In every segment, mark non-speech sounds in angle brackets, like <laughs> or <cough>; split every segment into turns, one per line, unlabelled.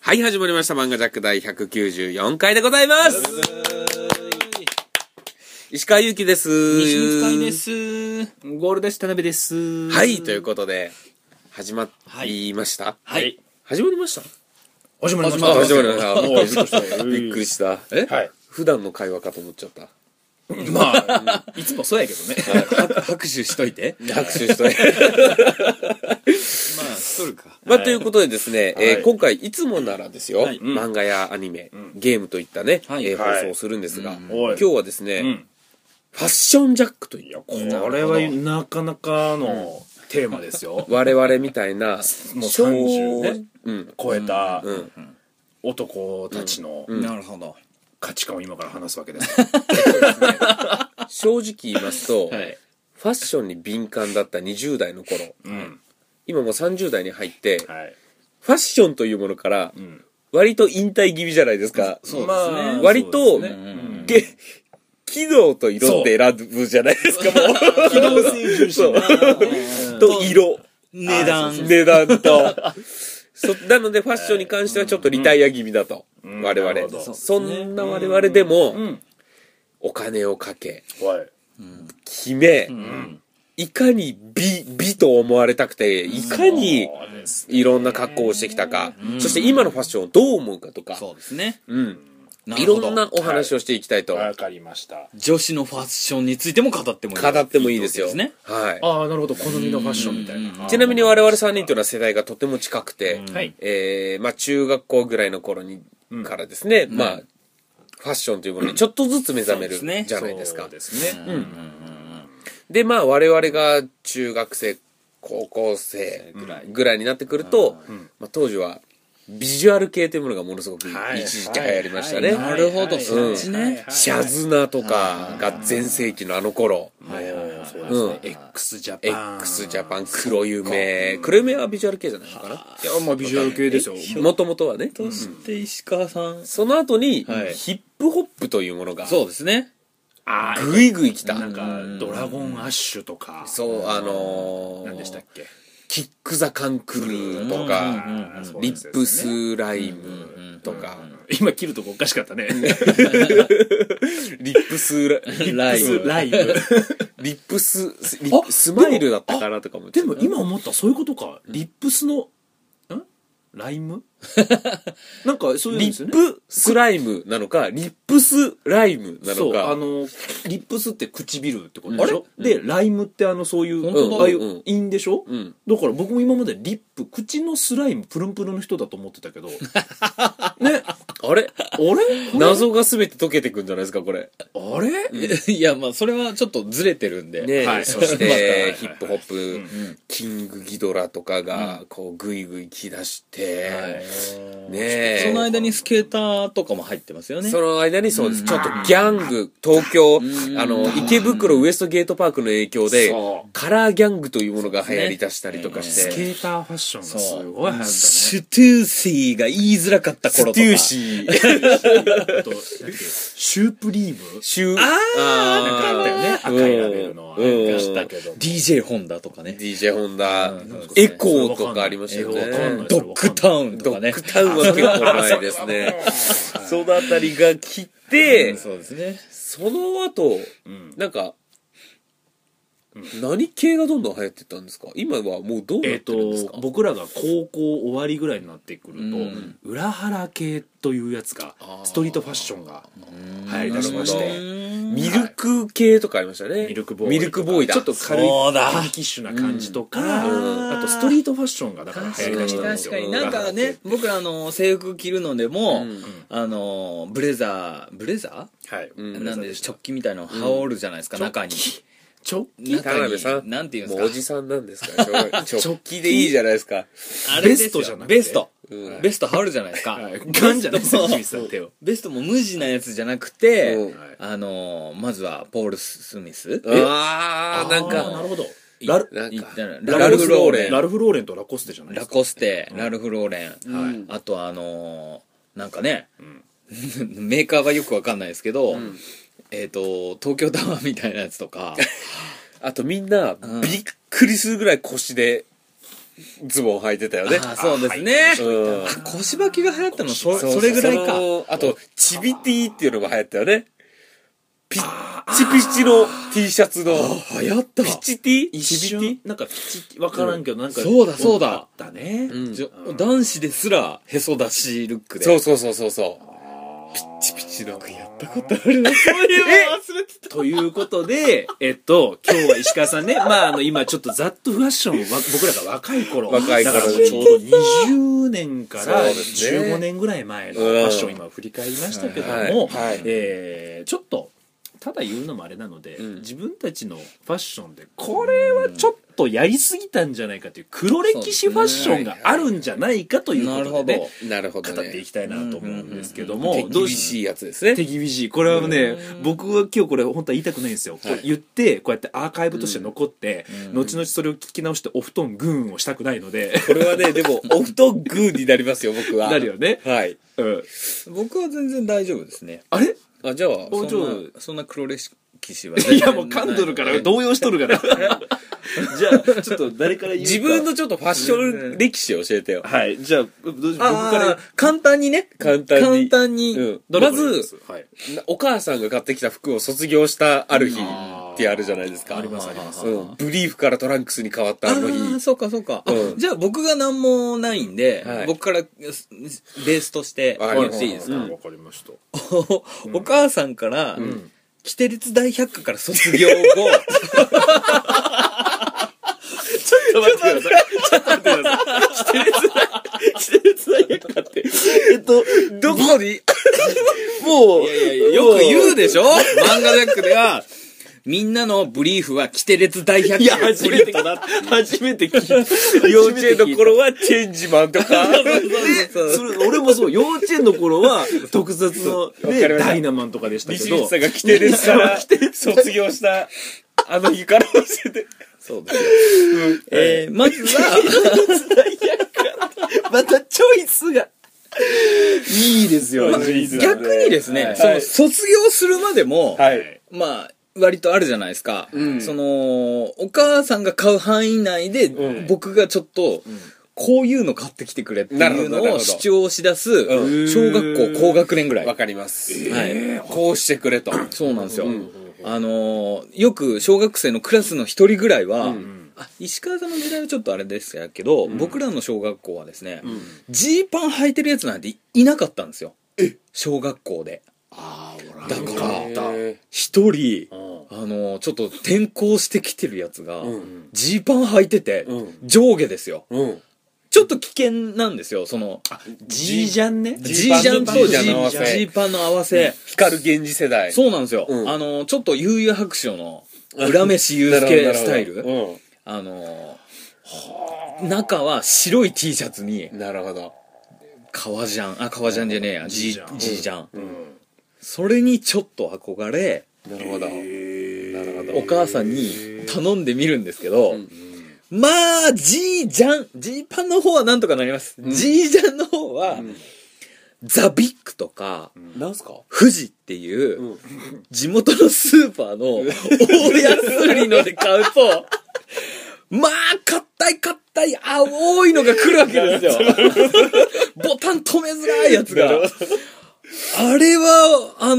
はい、始まりました。漫画ジャック第194回でございます。石川祐希です。
西光です。ゴールド下鍋です。
はい、ということで、始まりました、
はい。
始まりました
始まりまし
あ、
た。
始まりました。
もうびっくりし
び
た
っくりした。え、
はい
普段の会話かと思っちゃった。
まあ、
いつもそうやけどね。
は <laughs> 拍手しといて。
拍手したい。
まあ、しとるか。
まあ、ということでですね、えー
はい
今回いつもならですよ、
はいうん
漫画やアニメ、ゲームといったね、
はい
えー
はい
放送をするんですが、
お
今
い
日はですね、
ん
ファッションジャックとい
いうや、これはなかなかのテーマです
<laughs>
よ。
我々みたいな、
もう
昭和
30ね
うん、
超えた
うん、
男たちの
なるほど。
価値観を今から話すわ
<laughs>
けです。
正直言いますと、
<laughs> はい。
ファッションに敏感だった20代の頃、
うん。
今もう30代に入って、
はい。
ファッションというものから
ん、
割と引退気味じゃないですか。
そう
ま
です
あ
ね。
割と
そうですね
け機能と色って選ぶじゃないですか、もう。
機能性重視
そう
な。
と色。
値段。
値段と。そなのでファッションに関してはちょっとリタイア気味だと。
うん
我
なるほ
々。
ど
そんな我々でも、
ん
お金をかけ、
はい。
決め、
ん
いかに美、美と思われたくて、いかに
そうです
いろんな格好をしてきたか、そして今のファッションをどう思うかとか、
そうですね。
うん。
ないるほど
ろんなお話をしていきたいと、
わかりました。
女子のファッションについても語ってもいい。
語ってもいいですよ。
いいってこ
はい。
ああ、なるほど。好みのファッションみたいな。
ちなみに我々3人というのは世代がとても近くて、
はい。
えーまあ中学校ぐらいの頃に、からですね、まあ、ファッションというものにちょっとずつ目覚
そ
め
うですね
るじゃないですか。
そうですね。
でまあ我々が中学生高校生
ぐらい
ぐらいになってくると、まあ、当時はビジュアル系というものがものすごく
はい
一時期流行りましたね、
はいなるほど
はい
そっちね
はいはい
シャズナとかが全盛期のあの頃、
はいはいはいそう
うん
ですね X ジャパン。
x ジャパン黒夢黒夢はビジュアル系じゃないのかない
や、まあビジュアル系ですよ。
もともとはね
として石川さん。
その後に、
はい
ヒップホップというものが
そうですね。
ああ、
ぐいぐい来た
なんか、ドラゴンアッシュとか。
そうあのー
何でしたっけ
キック・ザ・カンクルーとか、
あーそう
リ
です
ッ
よね
プスライムとか、
今切るとこおかしかったね。
リップスラ
<laughs> ラ
<laughs>
イブ。
ライブ。
リップススリ
あ
スマイルだったからとかも
でも今思った、そういうことか。リップスの、んライ
<laughs>
ムなんかそういうん
リ
ですよ
ッ
ね。
プスライムなのかリップスライムな
そ
の
う、あ
か
の、リップスって唇ってことでしょ
うん
で、ライムってあの、そういう、
本当だ
ああい
うん
う韻でしょ
うん
だから僕も今までリップ、口のスライム、プルンプルンの人だと思っ
<laughs>
てたけど、ね、
あれ
あれ
謎が全て解けてくんじゃないですかこれ
あれ
いや、まあ、それはちょっとずれてるんで。
ねえ、
はい
そし
またはいは
て
いはい
ヒップホップ、キングギドラとかがこうグイグイ来だして、ねえ
その間にスケーターとかも入ってますよね。
その間にそうです、ちょっとギャング東京、あの池袋ウエストゲートパークの影響で
そ
カラーギャングというものが流行りだしたりとかして、
スケーターファッションがすごい流行ったね。
シュトゥーシーが言いづらかった頃とか。
ステューシー
あと、なんだっけシュープリーム
シューあ
なんかあったよね。赤
うん
いラベルのあれがしたけど。
DJ ホンダとかね。
DJ ホンダ、
え
エコーとかありましたよ
わかんな
ね
い
ドッグタウンと
ド
かね
ッ。グタウンは結構ないですね <laughs> そのあたりが来
う
て
んそうですね。
その後
うん
なんか何系がどんどん流行ってったんですか今はもうどうな
え
っ
って
るんですか
と、僕らが高校終わりぐらいになってくる
うん
と、裏腹系というやつが
あー、
ストリートファッションが流行りだしまし
なるほ
て、
ミ
ミルク系とかありましたね。
ミルクボーイ。
ミルクボーイだ。
ちょっと軽い、
そうだ
ピンキッシュな感じとか、
うん
あとストリートファッションがだから流行
確
り
か
だし
に
たんです
確
よ。
かに。なんかね、僕らあの、制服着るのでも、あの、ブレザー、ブレザ
裏腹系。
う
ー、
ん
なんで、チョッキみたいのを羽織るじゃないですか、中に。
ちょ、
田
中
辺
に
さん。
なんていうんで
もうおじ
すか。
さんなんですから、しょうがない直帰でいいじゃないですか。
あれですよ
ベストじゃなくて
ベスト
う。ん
ベスト羽織るじゃないですか。
はいガンじゃないです
そ
か、
う
清水さん手を。
ベストも無地なやつじゃなくて、
うん
あのーまずはポール・スミス
あー、なん
ーな
か、
るほど。ラル
なん
い
か、
じゃない
ラルフローレン
ラルフローレンとラコステじゃないで
ラ
すか。
コステ、ラルフ・ローレン、
はい
あとあのーなんかね、 <laughs> メーカーがよくわかんないですけど、えっ、と東京タワーみ
<laughs>
たいなやつとか
あとみんな、
うん
びっくりするぐらい腰で、ズボン履いてたよね
ああそうですね、
うん
あ腰履きが流行ったのそ
そうそう
それぐらいか
そのあとチビティっていうのも流行ったよねピッチピチの T シャツの
流行った
ピチティ
一
チビ
瞬なんかピチわからんけどなんか
そうだそうだ
あったね
ティうん
じゃ男子ですらへそ出しルックで
そうそうそうそうそうピッチピチの
やったことあるなそういうの忘れて
というこ
<laughs>
とで、えっと、今日は石川さんね、まあ、あの、今ちょっとざっとファッション、わ僕らが若い頃。
若い頃
だからちょうど20年から
そうですね
15年ぐらい前の
う
フ
ん
ァッションを今振り返りましたけど
はい
も
はい、
えーちょっと、ただ言うのもあれなので、
うん
自分たちのファッションで、これはちょっとやりすぎたんじゃないかという黒歴史ファッションがあるんじゃないかという
なる
こ
ほ
と
ど
で、ね、
なるほど
語ってい
ね
きたいなと思うんですけども、
手
ど
厳
うし
しいやつですね
手厳しいこれはね僕は今日これ本当は言いたくないんですよ、こう
はい
言ってこうやってアーカイブとして残って、
うん
後々それを聞き直してお布団グーンをしたくないので
これはねで
<laughs>
もお布団グーになりますよ僕は
なるよね、
はい
うん、
僕は全然大丈夫ですね
あれ
あじゃあそ
おじ
ん
ゃ
なそんな黒歴史はい
やもう噛んどるから動揺しとるから <laughs> じゃあちょっと誰から言うか
自分のちょっとファッション歴史を教えてよ
はいじゃあどうしよう僕
あ
から
あ簡単にね
簡単に
簡単に、
うん
ま
誰から言い
ず
す、はい、
なお母さんが買ってきた服を卒業したある日ってあるじゃないですか
ありますあります
うん、ブリーフからトランクスに変わったあの
あー
日
そうかそうか、あ
うん
じゃあ僕が何もないんで、
はい
僕からすベースとして
はい
言っていいですか、
うんわかりました
<laughs> おお母さんから、キテレツ大百科から卒業後 <laughs>
ちょっと待ってください。ちょっと待ってください。キテレツ大、キテレツ大百科って。えっと、
どこに
もう、
よく言うでしょ漫画ジャックではみんなのブリーフはキテレツ大百科
いや、初めてだ。初めて聞いた。
幼稚園の頃はチェンジマンとか
<laughs> そう
<laughs> それ俺もそう、幼稚園の頃 <laughs> は、特撮の、
わか
ね、
りました
ダイナマンとかでしたけ
西
ど
口さ、んが着てるから卒業したあの日から教えて
<laughs> そうですよ、えーまず <laughs> は
またチョイスが、いいですよ、
<laughs>
チョイスが
逆にですね、
はい
その卒業するまでも、
はい
まあ、割とあるじゃないですか。
うん
その、お母さんが買う範囲内で、
うん
僕がちょっと、こういうの買ってきてくれって
なるほ
いう
ど
の
なるほ
を
ど
主張し出す、
うん
小学校高学年ぐらい。
わかります、
はい
こうしてくれと
そうなんですよ。
うん
あのーよく小学生のクラスの一人ぐらいは、
うん
あ石川さんの時代はちょっとあれですけど、僕らの小学校はですね
ん
ジー、パン履いてるやつなんていなかったんですよ小学校でだ
だ
か
からら、
へ
一人
うん
あのちょっと転校してきてるやつが
うん
ジー、パン履いてて、
うん
上下ですよ
ーうん
ちょっと危険なんですよその
G じゃんね。
G ジ
ジーパン
ャンと
と
G
ジーパンの合わ
ジ
せ
ーパンの合わせ、
光源氏世代
そうなんですよ、
うん
あのちょっと悠々白書の裏飯祐介スタ
<laughs>
イルあの中は白い T シャツに
うんなるほど
革ジャンあ革ジャンじゃねえや G ジ
ジージャン
ャン、それにちょっと憧れ
なるほど、なるほど
お母さんに頼んでみるんですけど、まあ、G ジャン、G パンの方はなんとかなります。G ジャンの方は、ザビックとか、
なんすか
富士っていう、
うん
地元のスーパーの大安売りので買うと、まあ、硬い硬い青いのが来るわけですよ。ボタン止めづらいやつが。あれは、あの、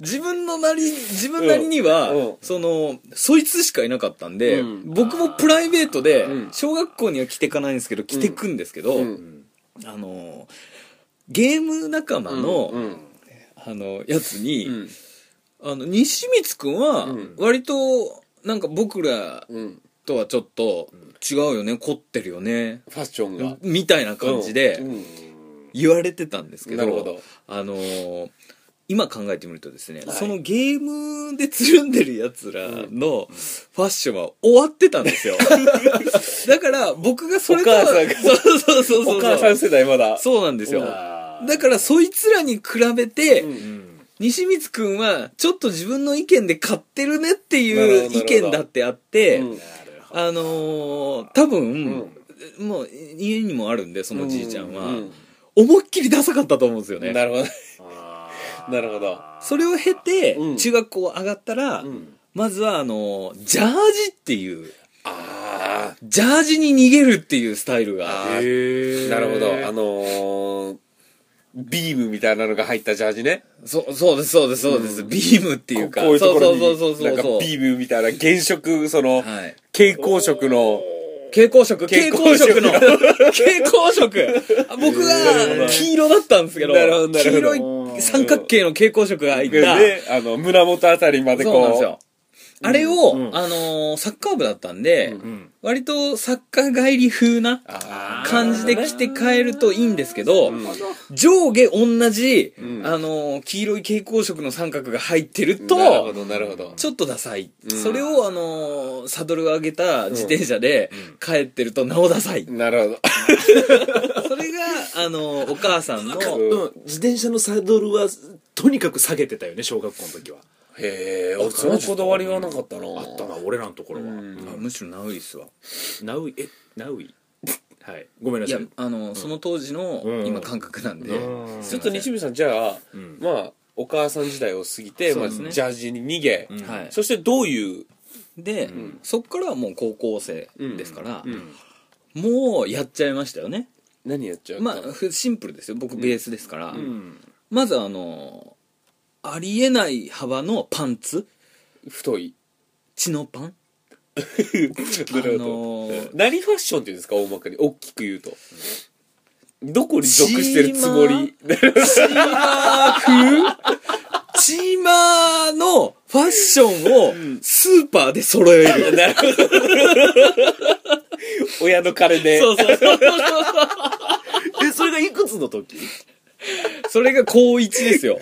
自分のなり、自分なりには、
うんうん
その、そいつしかいなかったんで、
うん
僕もプライベートで
うん、
小学校には着てかないんですけど、着てくんですけど、
うん
あの、ゲーム仲間の、
うん
あの、やつに、
うん
あの、西光くんは
うん、
割と、なんか僕ら
うん
とはちょっと、違うよね、凝ってるよね、
ファッションが
みたいな感じ
う
で
ん
言われてたんですけど、
なるほど
あのー今考えてみるとですね、そのゲームでつるんでるやつらのファッションは終わってたんです
<laughs>
よ。だから僕がそれとは
お母さんが
そうそうそうそう。
お母さん世代まだ
そうなんですよ。
あー
だからそいつらに比べて、
うん
うん
西光くんはちょっと自分の意見で買ってるねっていう
なる
意
ほど
見だってあって、
うん
あのー多分、もう家にもあるんでそのじいちゃんは、
う
思いっきりダサかったと思うんですよね
なるほど
あ
なるほど
それを経て、
うん
中学校上がったら、
うん
まずはあのジャージっていう
ああ
ジャージに逃げるっていうスタイルが。
あー
へ
なるほどあのービームみたいなのが入ったジャージね
そう、そうです、そうです、そうです。ビームっていう
こ
か。
ういうところに
そうそうそうそ
なん
う
か
そう。
ビームみたいな原色その
はい。
蛍光色の
蛍光色、蛍
蛍
光
光
色
色 <laughs>
の。
の
蛍光色。あ僕が黄色だったんですけど、
なるほどなる
黄
ほど
色い三角形の蛍光色が入った。
であの胸元あたりまで
そうなんで
こ
す
う
よ。あれを、
うん
あのーサッカー部だったんで、
ん
割とサッカー帰り風な
あー
感じで着て帰るといいんですけど、
なるほ
上下同じ、
ん
あのー黄色い蛍光色の三角が入ってる
どなるほ
と、
どなるほど
ちょっとダサい。
ん
それをあのーサドルを上げた自転車で帰ってるとなおダサい。
なるほど
それが、あのーお母さんの、
うん、自転車のサドルはとにかく下げてたよね小学校の時は
へえそのこだわりはなかったな
あったな俺らのところは、
うん
あむしろナウイスは。
ナウイえナウイはいごめんないさ
や
い、
あのーその当時の、
うん
今感覚なんで。
うん
ちょっと西部さんじゃあ、
ん
まあお母さん時代を過ぎて、
そう
ま
です
あ、ジ
ね
ャージに逃げ、
うん
はい。
そしてどういう
で、そっからはもう高校生ですから、
ん
もうやっちゃいましたよね
何やっちゃう
まあふシンプルですよ僕ベースですから、
うん、
まずあのありえない幅のパンツ
太い
チノパン
なるほど
あのー
何ファッションっていうんですか大まかに大きく言うとどこに属してるつもり
チーマーのファッションをスーパーで揃え
<laughs>
る、
なるほど親の金で
そうそうそうそうそう
えそれがいくつの時
それが高1ですよ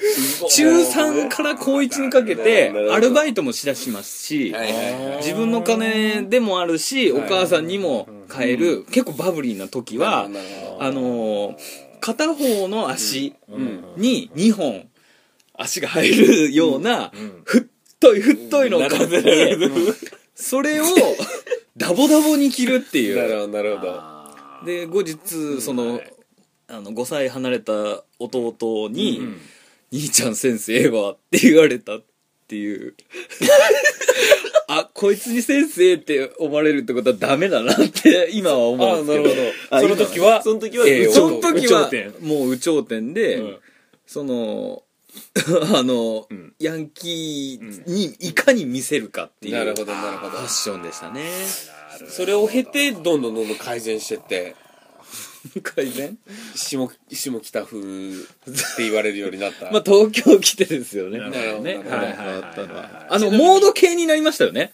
中3から高1にかけて
なるほど
アルバイトもしだしますし、
はいはいはい
自分の金でもあるし、お母さんにも買える、結構バブリーな時は、
なるほ
あのー片方の足
ん
に2本足が入るような、
ん
ふっといふっといのを買って、それ
<laughs>
をダボダボに着るって
どなるほ
いう。
どなるほど
あ
で、後日、その、あの、5歳離れた弟に、
ん
兄ちゃん先生はって言われたって
<laughs>
いう。あ、こいつに先生って思われるってことはダメだなって今は思
あ
う
あ
ん
な
です
る
けど。
ほどその時は
その時は
えー
その
有
時
頂
は
天
もう有頂天で、
うん
そのあの、
うん
ヤンキーにいかに見せるかっていう
なるほ
フ
どなるほど
ァッションでしたね
それを経てどんどんどんどん改善してって
改善
下下北風って言われるようにな <laughs> った、
まあ東京来てですよね
な
るほどね
はい
な
は
る
い
ほど
あったのは
あ
あのモード系になりましたよね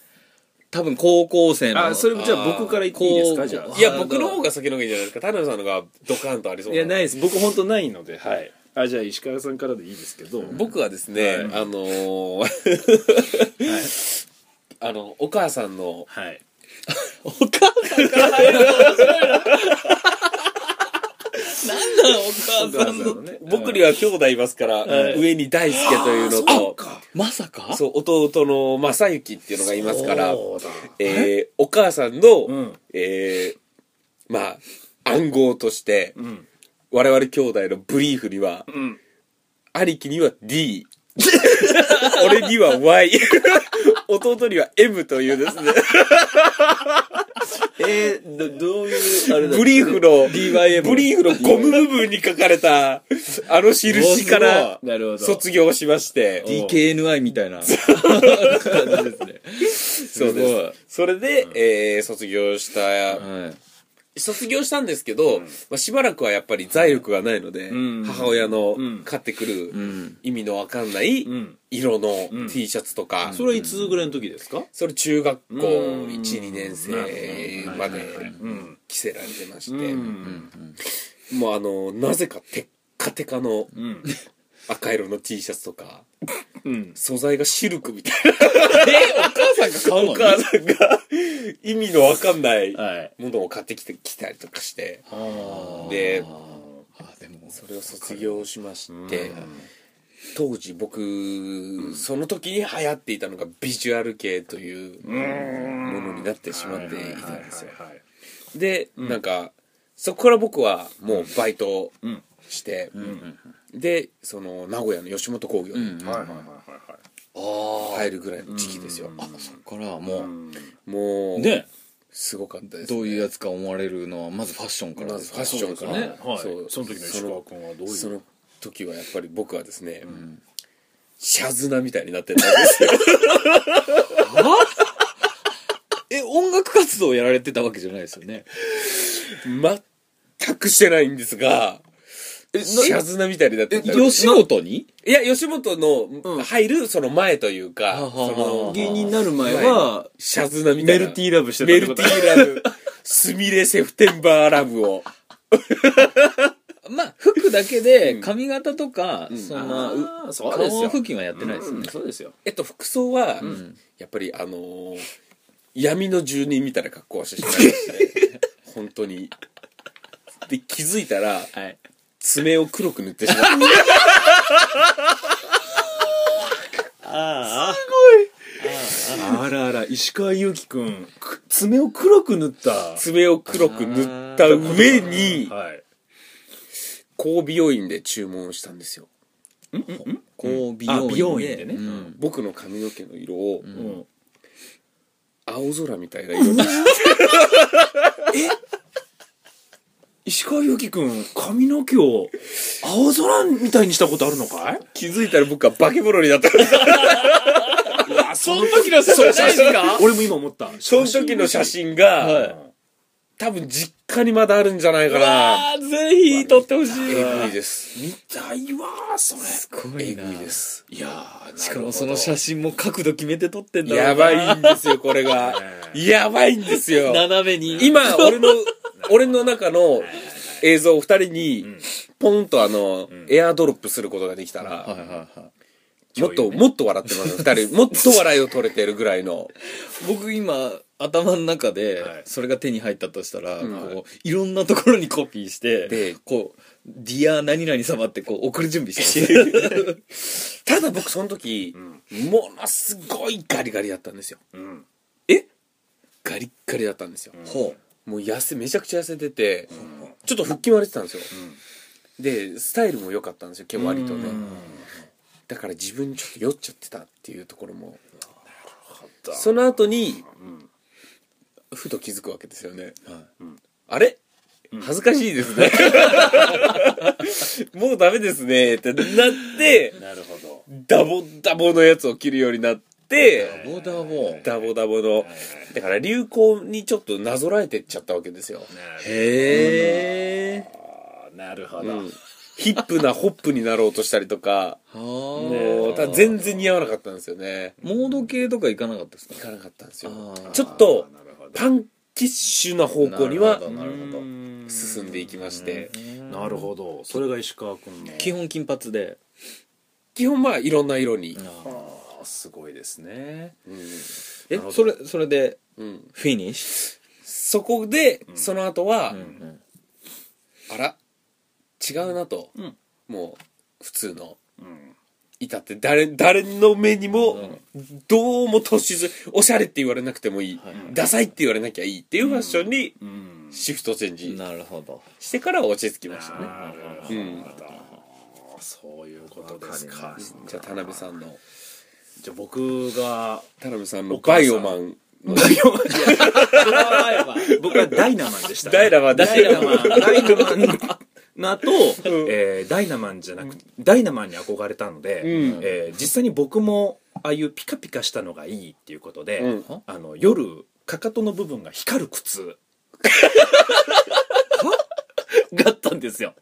多分高校生の
あそれじゃあ
あー
僕から言っていいです
こ
か
う
じゃあ
いや僕の方が先の方がいいんじゃないですか田辺さんの方がドカンとありそう
いやないです僕本当ないのではいあじゃあ石川さんからでいいですけど
僕はですね、
はい
あのー <laughs> あのお母さんの
はい
お母さんから何なのお母さんの
僕には兄弟いますから、
はい
上に大輔というのと
まさか
そう弟の正行っていうのがいますから
そうだ
えーお母さんの、
うん
えーまあ暗号として、
ん
我々兄弟のブリーフには、
ん
兄貴には D <laughs> 俺には Y <laughs> 弟には M というですね
<laughs> えーどどういうあれだ
ブリーフの
DYM
ブリーフのゴム部分に書かれたあの印から
なるほど
卒業しまして
お
DKNI みたいな感じですね
そうですそれで、えー卒業した、
はい
卒業したんですけど、まあ、しばらくはやっぱり財力がないので、
ん
母親の
うん
買ってくる
ん
意味のわかんない
うん
色の T シャツとか、
それはいつぐらいの時ですか
それ中学校
うん
12年生まで
うん
着せられてまし
う
て、
ん
もうあのなぜかテッカテカの
うん
赤色の T シャツとか
うん
素材がシルクみたい
えお母さんが買う
なお母さんが意味のわかんない
はい
ものを買ってきてきたりとかして
の
で
あでもそ
それを卒業しまして
うん
当時僕その時に流行っていたのがビジュアル系というものになってしまっていたんですよ
はいはいはい
でなんかそこから僕はもうバイトを
うん
してでその名古屋の吉本興業に
はいはいはいはいはい
入るぐらいの時期ですよ
っからも
もう
うね
すごかったです、ね、
どういうやつか思われるのはまずファッションから
ま
で
ず
す
ファッションから
そうですねはい
そう
その時の石川君はどういう
その時はやっぱり僕はですね、シャズナみたいになってたんですよ
え音楽活動をやられてたわけじゃないですよね
全くしてないんですがシャズナみたいになってたんです
吉本に
いや吉本の入るその前というか、
ははは
その
芸人になる前
は
は、
シャズナみたい
メ
な
ルティーラブしてた
メ
ってこ
ル
と
ティーラ <laughs> ブスミレセプテンバーラブを
まあ服だけで髪型とか、そんなう
あーそうです
顔
よ
付近はやってないです
う
ね
ん、そうですよ
えっと服装は、やっぱりあのー闇の住人みたいな格好はしてしまいまして、 <laughs> ね、本当にで気づいたら
はい
爪を黒く塗ってし <laughs> まった
あ
あらあら石川祐希君く爪を黒く塗った
爪を黒く塗った上に
はい
高美容院で注文したんですよ
こう美
あ
容院で
美容院でね
うん
僕の髪の毛の色を
うん
青空みたいな色
<laughs>
に
石川祐希君髪の毛を青空みたいにしたことあるのかい
気づいたら僕は化け物に
<laughs>
なったんです
あその時の写
真じゃないですか
俺も今思った
その時の写真が、
はい
多分実家にまだあるんじゃないかな
あーぜひ撮ってほしい
えぐいです
見たいわーそれ
ご
えぐいです
いやー
しかもその写真も角度決めて撮ってんだ
や
ろうな
ばいんですよこ
<laughs>
れがやばいんですよ
斜めに
今俺の俺の中の映像を2人にポンとあの、エアドロップすることができたら、
はいはいはい
もっと、もっと笑ってます2人もっと笑いを取れてるぐらいの
僕今頭の中で
はい
それが手に入ったとしたら、
ん
こういろんなところにコピーして
で
こう「ディア何々様」ってこう送る準備してます
ただ僕その時、ものすごいガリガリだったんですよ
うん
ガリッガリだったんですよ、
<laughs> ほ
もう痩せめちゃくちゃ痩せてて、ちょっと腹筋割れてたんですよ、でスタイルも良かったんですよ毛割とねだから自分ちょっと酔っちゃってたっていうところもその後に、ふと気づくわけですよね、
はい
あれ恥ずかしいです <laughs> ねもうダメですねってなって
なるほど
ダボダボのやつを着るようになって
うボーダーも
ダボダボのだから流行にちょっとなぞらえてっちゃったわけですよ
へえ
なるほど
うんヒップなホップになろうとしたりとか、も
は
う
あ
ただ全然似合わなかったんですよね。
モード系とか行かなかったですか
いかなかったんですよ
あー。
ちょっと
なるほど
パンキッシュな方向に
な
は
るほどなるほど
進んでいきまして、
なるほどそれが石川君の
基本金髪で
基本まあいろんな色に。
あーすごいですね
え
なるほど
それそれで
うん
フィニッシ
そこで、その後は
ュ、、うん
あら、違うなと
うん、
もう普通の。
うん
いたって誰誰の目にもどうも突出おしゃれって言われなくてもいい、ダサいって言われなきゃいいっていうファッションに
うん
シフトチェン
うん
ジ
なるほど
してから落ち着きましたね
なるほ
うん
どそういうことですか
じゃあ田辺さんの
じゃあ僕が
田辺さんのバイオマンの
僕はダイナマンでしたね
ダイナマン
ダイナマンダイナマンの後、えーダイナマンじゃなくてダイナマンに憧れたので、
うん
えー実際に僕もああいうピカピカしたのがいいっていうことで、
うん
あの夜かかとの部分が光る靴があったんですよ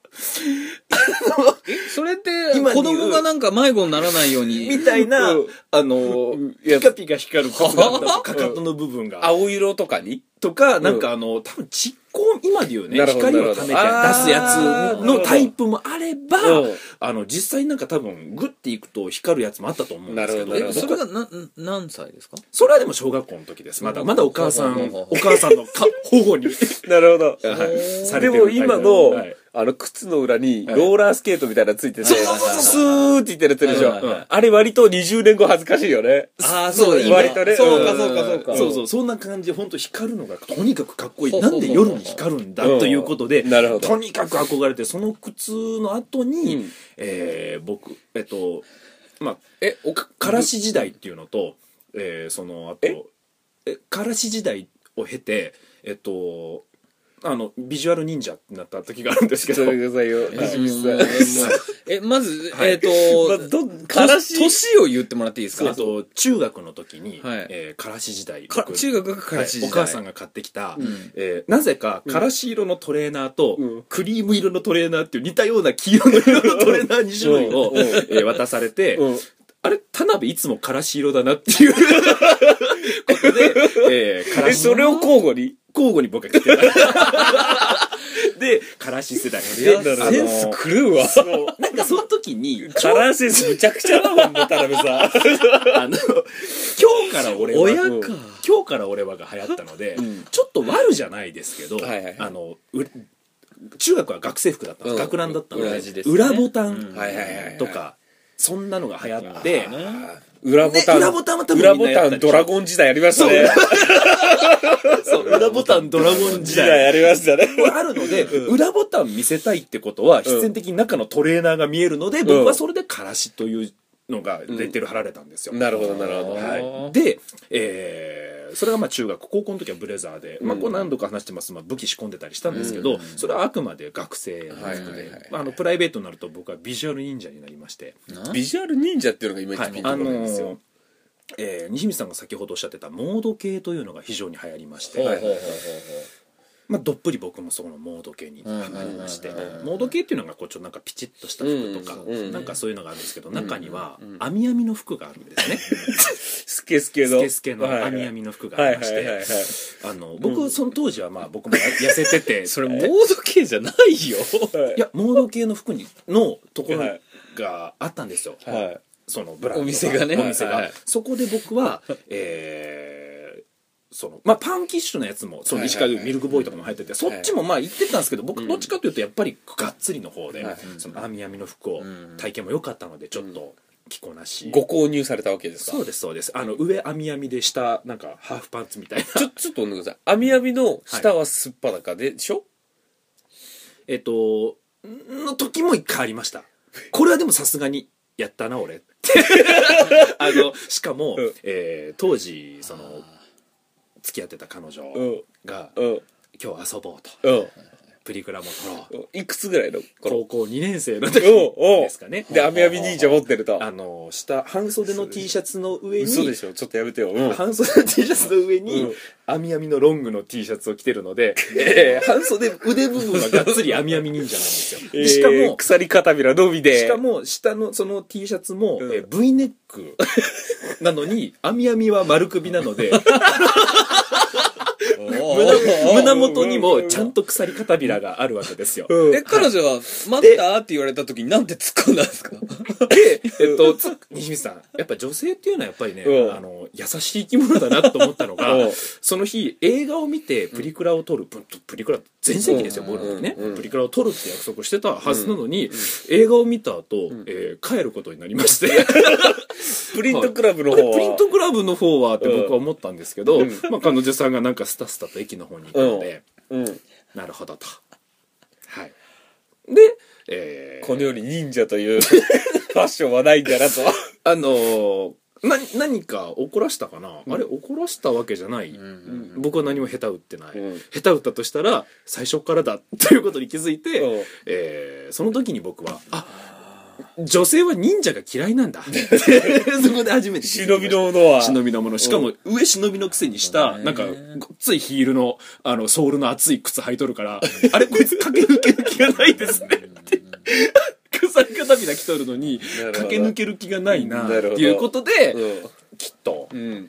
それって
今
子
に言う
供がなんか迷子にならないように
みたいな、
うん
あの
や
ピカピカ光る靴があったんです
<laughs>
よかかとの部分が
青色とかに <laughs>
とか、なんかあの、多分実光、今で言うね、
なるほど
光をためて出す
なるほどあ
や
ー
つのタイプもあれば
うん、
あの、実際なんか多分、グッていくと光るやつもあったと思うんですけど、
なるほ
え
ど
そ
な
れがな何歳ですか
それはでも小学校の時です。まだ、まだお母さ、
ほうんほう
お
ほう
母さんのか保
<laughs>
護に、
なるほど
はいさ
で
れてる
も今の、
はい
あの靴の裏にローラースケートみたいなのついてて、スーっていってるやつでしょ、
はいはいはい
あれ割と20年後恥ずかしいよね
ああ
そう
今
割とね
そうかそうかそうか
そうそう、そんな感じで、本当光るのが、とにかくかっこい
ほう
い。
ほ
な
うほ
ん
う
で夜に光るんだ
うん
ということで、
なるほど
とにかく憧れて、その靴の後
う
に
ん、
えー僕、えっと、まあ、
えおか
からし時代っていうのと、えーそのあとえからし時代を経てえっとあのビジュアル忍者になった時があるんですけど
くださいよ
うんもうもうえ、まず、
は
え
い
っと
まずど、
か
からし
年を言ってもらっていいです
あ
か
と中学の時に、
はい
えーからし時代
か
僕
中学がからし時代
お母さんが買ってきた、
ん
えーなぜかからし色のトレーナーと、
うん
クリーム色のトレーナーっていう似たような黄色の色のトレーナー2種類を、
うん
えー渡されて、
うん
あれ田辺いつもからし色だなって
<laughs>
いうことで、えー、から
え
し
それを交互に
交互に僕が着てたでからし世代
や
で
だな
あの
センス狂うわ
なんかその時にちょ
からしむちゃくちゃだもんね田辺さ
あの今日から俺は
親
うん
か。
今日から俺はが流行ったので、
ん
ちょっと悪じゃないですけど、
はいはい
あのう中学は学生服だったんです、
うん
学ランだったので
裏地ですね
裏ボタン
うん
はいはいはいはい
とかそんなのが流行って、
ん裏ボタン
ね裏ボタンは多分
裏
みん
ボ
なや
タ
った
ン
でしょ
ドラゴン時代やりましたね
そう裏ボタンドラゴン時
時
代
代やりましたね
あるので、裏ボタン見せたいってことは必然的に中のトレーナーが見えるので、僕はそれでからしというのがレッテル貼られたんですよ、
なるほどなるほど
はい、で、えーそれがまあ中学高校の時はブレザーで、まあ、こう何度か話してます、まあ、武器仕込んでたりしたんですけど、それはあくまで学生の服
はいはい
で
はい
まああのプライベートになると僕はビジュアル忍者になりまして、
ビジュアル忍者っていうのがいまい
は
ちピ
い
ン
あ
とこ
の
ないんです
ー
よ
えー西光さんが先ほどおっしゃってたモード系というのが非常に流行りまして、
ほうほうほうほう
まあ、どっぷり僕もそこのモード系にハマりまして、モード系っていうのがこうちょっとなんかピチッとした服とか、
うんうん
なんかそういうのがあるんですけど、中には網みの服がある
<laughs>
んですね、
スケスケの
スケスケの網みの服がありまして、
はいはいはいはい
あの僕その当時はまあ僕も痩せてて
それ、モード系じゃないよ。
いやモード系の服にのところ
はい
があったんですよ、
はい
そのブランド
お店がね
お店が、
はいはい
そこで僕はえーそのまあ、パンキッシュのやつもその
はい
西
はいはい
川ミルクボーイとかも入ってて、そっちもまあ行ってたんですけど僕どっちかというとやっぱりがっつりの方で、
はい
その網みの服を
ん
体験も良かったのでちょっと着こなし、
ご購入されたわけですか
そうですそうですあの上網みで下なんかハーフパンツみたいな
ちょちょっと飲んでください網網の下はすっぱだかでしょ
えっと、の時も一回ありました。これはでもさすがに、やったな、
<laughs>
俺って。あの、しかも、
うん
えー当時、その、付き合ってた彼女
うん
が、
うん
今日遊ぼうと。
うん
プリクラも撮ろう。
いくつぐらいの頃
高校2年生の時
おうおう
ですかね。
で網網忍者持ってると
あの、下、半袖の T シャツの上
嘘
に
で、しょちょっとやめてようん
半袖の T シャツの上
う
に
ん、
網網のロングの T シャツを着てる
<laughs>
ので、えー半袖腕部分はがっつり網網忍者なんですよ。でしか
えー
も、
鎖片びらのみで
しかも下のその T シャツも、
うん
えー V ネックな
<laughs>
のに網みは丸首なので胸胸元にもちゃんと鎖片びらがあるわけですよ。
うん
え、彼女は、待ったって言われた時になんて突っ込んだんですか
で、えっと、つ西光さんやっぱ女性っていうのはやっぱりね、
うん
あの優しい生き物だなと思ったのが
うん
その日映画を見てプリクラを撮る、ププリクラ全盛期ですよ、
うん
僕の時ね、
うん
プリクラを撮るって約束してたはずなのに、映画を見た後、えー帰ることになりまして。
<laughs> プリントクラブの
あ
方
れ
は
プリントクラブの方はって僕は思ったんですけど、
うん
まあ、彼女さんがなんかスタスタと駅の方に行ったので、
うん
なるほどとはいで、えー
この世に忍者という <laughs> ファッションはないんだなと
あのーな何か怒らしたかな、あれ怒らしたわけじゃない、僕は何も下手打ってない、
うん
下手打ったとしたら最初からだということに気づいて、
うん
えーその時に僕はあ女性は忍者が嫌いなん <laughs> だそこで初めて気づ
忍
きました
びのものは
忍びのものしかも上忍びのくせに下なんかごっついヒールのあのソールの厚い靴履いとるからあれこいつ駆け抜ける気がないですね <laughs> って鎖片びら来とるのに
なるほど
駆け抜ける気がないなって
なるほど
いうことで
う
きっと
んうん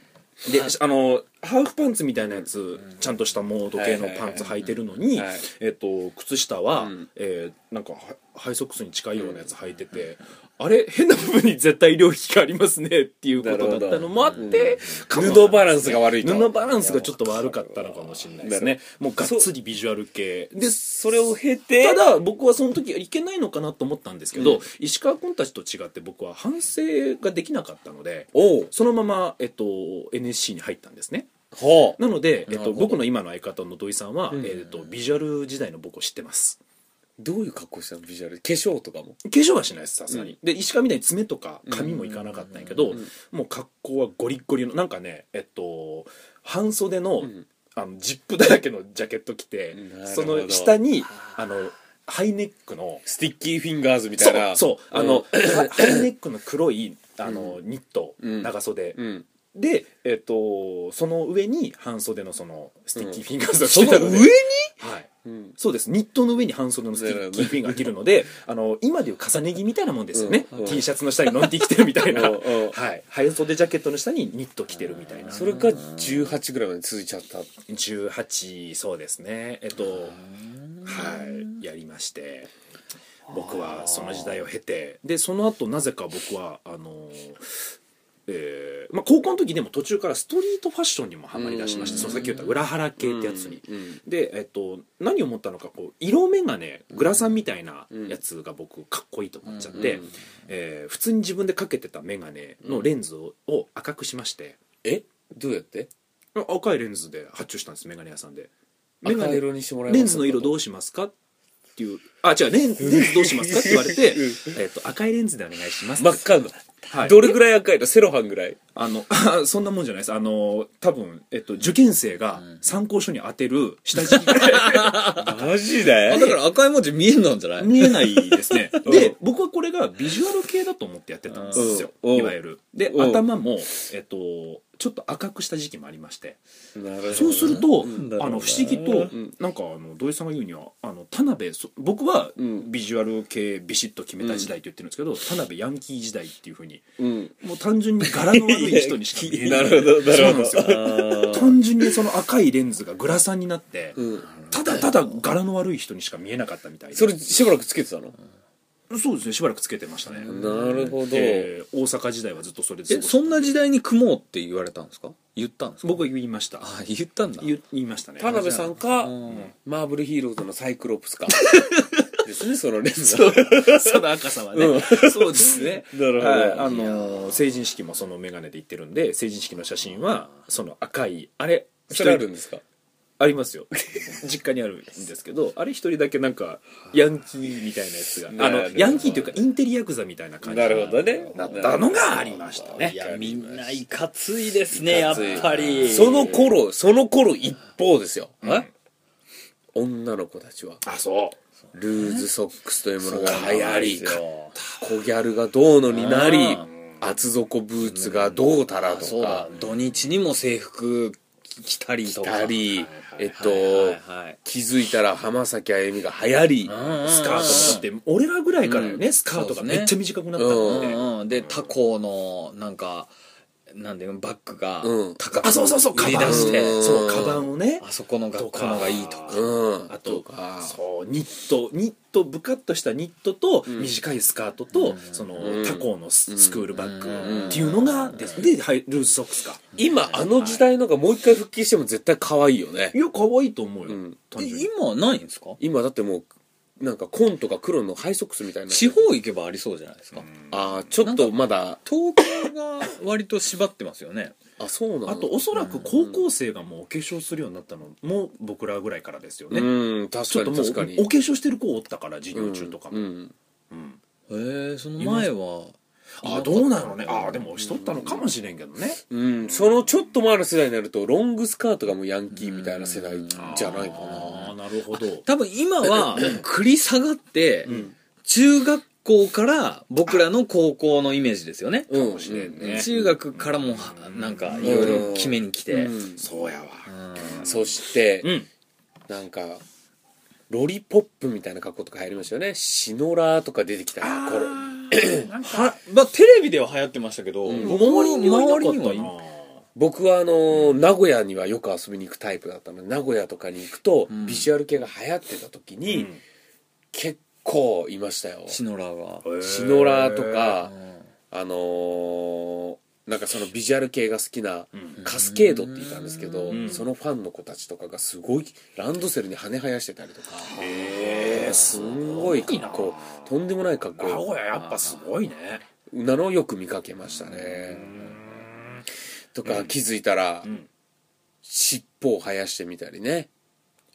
であのハーフパンツみたいなやつちゃんとしたモード系のパンツ履いてるのに
はいはいはい
えっと靴下は
ん
えーなんかハハイソックスに近いようなやつ履いててあれ変な部分に絶対領域がありますねっていうことだったのもあってかも
布バランスが悪いと
布バランスがちょっと悪かったのかもしれないですねもうがっつりビジュアル系で
それを経て
ただ僕はその時いけないのかなと思ったんですけど、石川君たちと違って僕は反省ができなかったので
おう
そのまま、えっと、NSC に入ったんですね
ほう
なので、
な
えっ
る
と、
ほど
僕の今の相方の土井さんは、えっと、ビジュアル時代の僕を知ってます
どういう格好したのビジュアル化粧とかも
化粧はしないですさすがに、で石川みたいに爪とか髪もいかなかったんやけど、もう格好はゴリッゴリのなんかねえっと半袖の、
ん
あのジップだらけのジャケット着て
なるほど
その下にあのハイネックの
スティッキーフィンガーズみた
そ
いうな
そうあの、
ん
ハハイネックの黒いあのニット、
うん
長袖、
うん
で、えっとその上に半袖のそのスティッキーフィンガーズを
そ
着
の
てた
上
ので、
に
はい、
うん
そうですニットの上に半袖のスティッキーフィンガー着る
<laughs>
のであの今でいう重ね着みたいなもんですよね、
うん
T シャツの下にノンティ着てるみたい
<laughs>
な、
おうおう
はい、半袖ジャケットの下にニット着てるみたいな
それが18ぐらいまで続いちゃった
18そうですねえっとはいやりまして僕はその時代を経てでその後なぜか僕はあのえーまあ、高校の時でも途中からストリートファッションにもハマりだしまして
うん
そのさっき言った裏腹系ってやつに、
うん
で、えっと、何を思ったのかこう色眼鏡グラサンみたいなやつが僕かっこいいと思っちゃって、
うん
えー普通に自分でかけてた眼鏡のレンズをを赤くしまして、
えどうやって
あ赤いレンズで発注したんです眼鏡屋さんで眼
赤
鏡
色にしてもらえ
レンズの色ど
う
うしますかっていうあ違うレンレンズどうしますかって言われてえっと赤いレンズでお願いします
真っ赤の
はい
どれぐらい赤いのセロハンぐらい
あの <laughs> そんなもんじゃないですあの多分、えっと、受験生が参考書に当てる下敷きぐらい
<laughs> マジで
あだから赤い文字見えんなんじゃない
見えないで
<laughs>
すね
ん
で僕はこれがビジュアル系だと思ってやってたんですよ
うん
いわゆるで
うん
頭も、えっと、ちょっと赤くした時期もありまして
なるほど
そうすると、
んだろうな
あの不思議と、
ん
なんかあの土井さんが言うにはあの田辺そ僕は
うん
ビジュアル系ビシッと決めた時代と言ってるんですけど、田辺ヤンキー時代っていうふうに
うん
もう単純に柄の悪い人
<laughs>
にしか見えない
なるほどなるほど
そうなんですよ単純にその赤いレンズがグラサンになって、
うん
ただただ柄の悪い人にしか見えなかったみたいで
それしばらくつけてたの
そうですねしばらくつけてましたね、
なるほど
えー大阪時代はずっとそれで過
え
ごして
そんな時代に組もうって言われたんですか言ったんですか
僕は言いました
あ言ったんだ
言言いましたね
田辺さんか
うん
マーブルヒーローズのサイクロプスか <laughs> ですねそのレンズは
その赤さはね、そうですね
なるほど
はいあのー成人式もその眼鏡で行ってるんで成人式の写真はその赤いあれ
それあるんですか
ありますよ <laughs> 実家にあるんですけどあれ一人だけなんかヤンキーみたいなやつがあ
なる
の
ほど
ヤンキーというかインテリヤクザみたいな感じ
なるほどね
なったのがありましたね
いやみんないかついですねやっぱり
その頃その頃一方ですよ、女の子たちは
あそう
ルーズソックスというものが流行り
よ
小ギャルがどうのになり
あ
厚底ブーツがどうたら
そ
と
う
か
だ土日にも制服着たりとか
たりえっと
はいはいはい
気づいたら浜崎あゆみが流行り
うんうん
スカートもだって俺らぐらいからよね、スカートがめっちゃ短くなった
う
ので、
んうんで他校のなんかなんでバッグが
うん
高く
あそうそうそう
売
カ
り
バン
出し
して
う
て
ん
そうカバンをね
あそこの学校のがいいとか
うん
あと
か
そうニットニットぶかっとしたニットと短いスカートと、その、
うん
他校のス,、クールバッ
うん
グっていうのがで,、ではい、ルーズソックスか
今あの時代のがもう一回復帰しても絶対可愛いよね
いや可愛いと思うよ、
うん
単
え
純に
今ないんですか
今だってもうなんか紺とか黒のハイソックスみたいな
地方行けばありそうじゃないですか
ああちょっとまだ
東京が割と縛ってますよね
あそうなの
あとおそらく高校生がもうお化粧するようになったのも僕らぐらいからですよね、
うん確
ちょ
か
っと
に
もう
確
お
か
化
に
粧してる子おったから授業中とかも、
うんうん
へえその前は
あどうなのねああでもしとったのかもしれんけどね、
うん、そのちょっと前の世代になるとロングスカートがもうヤンキーみたいな世代じゃないか
ああ
な
なるほど
多分今は繰り下がって中学校から僕らの高校のイメージですよね
うん
もしれんね
中学からもはなんかいろいろ決めに来て
うん
そうやわ
うん
そして、
うん
なんかロリポップみたいな格好とか流行りましたよねシノラーとか出てきた頃
はまあテレビでは流行ってましたけど
ん
周りにはいなかったな
な
僕はあのー名古屋にはよく遊びに行くタイプだったので名古屋とかに行くと、
ん
ビジュアル系が流行ってた時に、結構いましたよ
シノラー
へ
が
え
シノラーとか
う、ん
あのーなんかそのビジュアル系が好きな
うん
カスケードっていたんですけど、
うん
そのファンの子たちとかがすごいランドセルに羽生やしてたりとか
へえ
すんごい格好とんでもない格
名古
好
屋やっぱすごいね
なのをよく見かけましたねとか気づいたら、
ん
尻尾を生やしてみたりね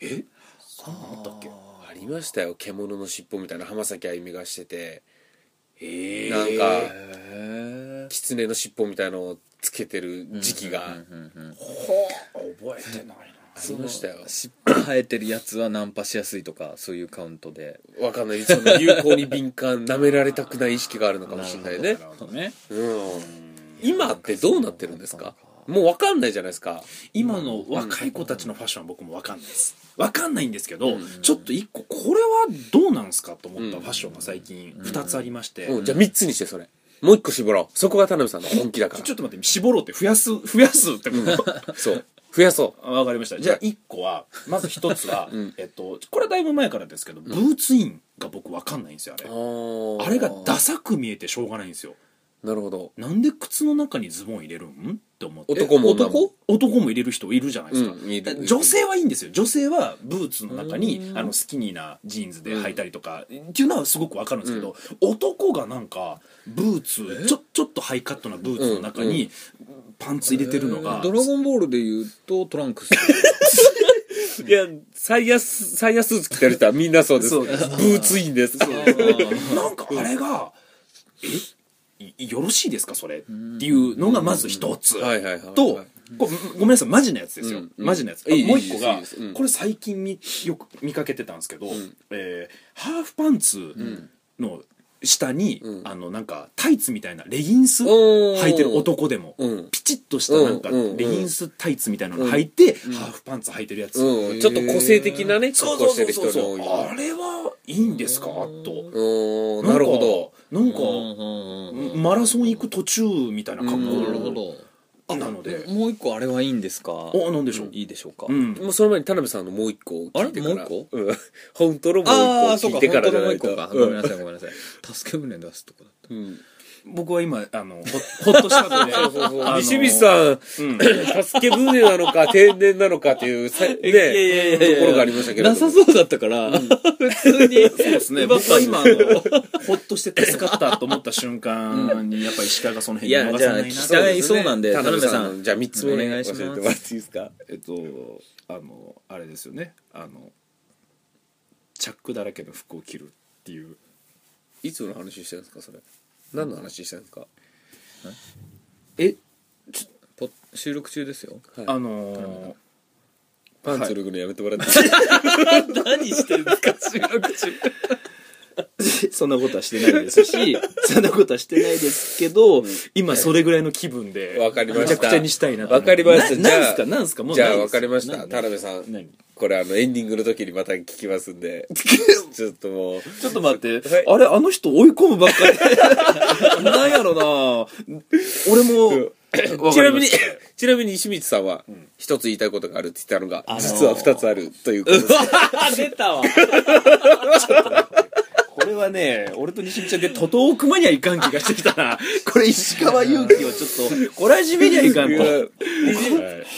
えそうなったっけ
ありましたよ獣の尻尾みたいな浜崎あゆみがしてて
へえ
なん
へ
か
え
狐の尻尾みたいのをつけてる時期が
うんうんうん
ほう覚えてないな
りましたよ
尻尾生えてるやつはナンパしやすいとかそういうカウントで
わかんないその流行に敏感舐められたくない意識があるのかもしれないね
なるほどね
うん今ってどうなってるんですかもうわかんないじゃないですか
今の若い子たちのファッションは僕も分かんないです分かんないんですけど、ちょっと一個これはどうなんすかと思ったファッションが最近2つありまして、
うんじゃあ3つにしてそれもう一個絞ろうそこが田辺さんの本気だから
ちょっと待って絞ろうって増やす増やすってこと
そう増やそ
あわかりましたじゃあ1個はまず1つは、えっと、これだいぶ前からですけど、ブーツインが僕分かんないんですよあれ
うあ
あれがダサく見えてしょうがないんですよ
なるほど
なんで靴の中にズボン入れるんって思って
男も女も
男男も入れる人いるじゃないですか、
うんいるいる
女性はいいんですよ女性はブーツの中にあのスキニーなジーンズで履いたりとか、っていうのはすごくわかるんですけど、男がなんかブーツちょちょっとハイカットなブーツの中にパンツ入れてるのが、
ドラゴンボールで言うとトランクス
<laughs>
いや最安最安スーツ
<laughs>
着てる人はみんなそうです
そうです
ブーツインです
なんかあれが、えいよろしいですかそれっていうのがまず一つ
んはいはいはい
とこごめんなさいマジなやつですよ、
うんうん
マジなやつ、
いいいい
もう一個
いい
が
ですいいですうん
これ最近みよく見かけてたんですけど、えーハーフパンツの下に、
うん
あのなんかタイツみたいなレギンス
おー
履いてる男でも、
うん
ピチッとしたなんか
うんうんうん
レギンスタイツみたいなの履いて、ハーフパンツ履いてるやつ、
うんちょっと個性的なね
そう
格
そ
好し
う
て
そう
る人
そう
の多い
あれはいいんですかと
おーなるほど
どなんか
な
マラソン行く途中みたいな
う
格
んなる
好
ど
なので
もう一個あれはいいんですか
おなんでしょう
いいでしょうか
うん
もうその前に田辺さんのもう一個を聞いてから
あれもう一
個、うん、本当のも
あ
う
あ
一
そ
個を
うか
聞いてから
本
じ
当
ゃ
のもう一個かごめ
ないと
んなさいごめんなさい助け舟出すとこだった
うん
僕は今あのほ <laughs> ほっとしたのであの
西光さん、助け舟なのか天然なのかっていうさねところがありましたけれど
な
も
さそうだったから普通にそうで
ですね僕は今あの <laughs> ほっとして助かったと思った瞬間にやっぱり石川がその辺に逃さな
いや
い
じゃあ聞き
そ
た
う
い
で
な
すね
そうなんで
田辺さ
田辺さ
ん
ん
じゃあ3つ目
お願いします
教えてもらっていいですか
えっとあのあれですよねあのチャックだらけの服を着るっていう
いつの話してるんですかそれ何の話してるんですか、
え
ポ収録中ですよ
はい
あの
パンツ脱ぐのやめてもらっていい
何してるんですか収録中
<laughs> そんなことはしてないですし <laughs> そんなことはしてないですけど、今それぐらいの気分で
わかりました
めちゃくちゃにしたいなと思
わ
う
かりました
な
じゃあ
なんすかなんすかもう
じゃ
な
あ
いで
分
す
かりました
何
田辺さん
何
これあのエンディングの時にまた聞きますんでちょっともう
ちょっと待って、
はい
あれあの人追い込むばっか <laughs> りなんやろな俺もわ
ち
か
なみ
りま
に
した、
ちなみに石光さんは、一つ言いたいことがあるって言ったのが、実は二つあるということです。
出たわ
これはね俺と西見ちゃんで徒党を組まにはいかん気がしてきたなこれ石川祐希をちょっ <laughs> と懲らしめにはいかんと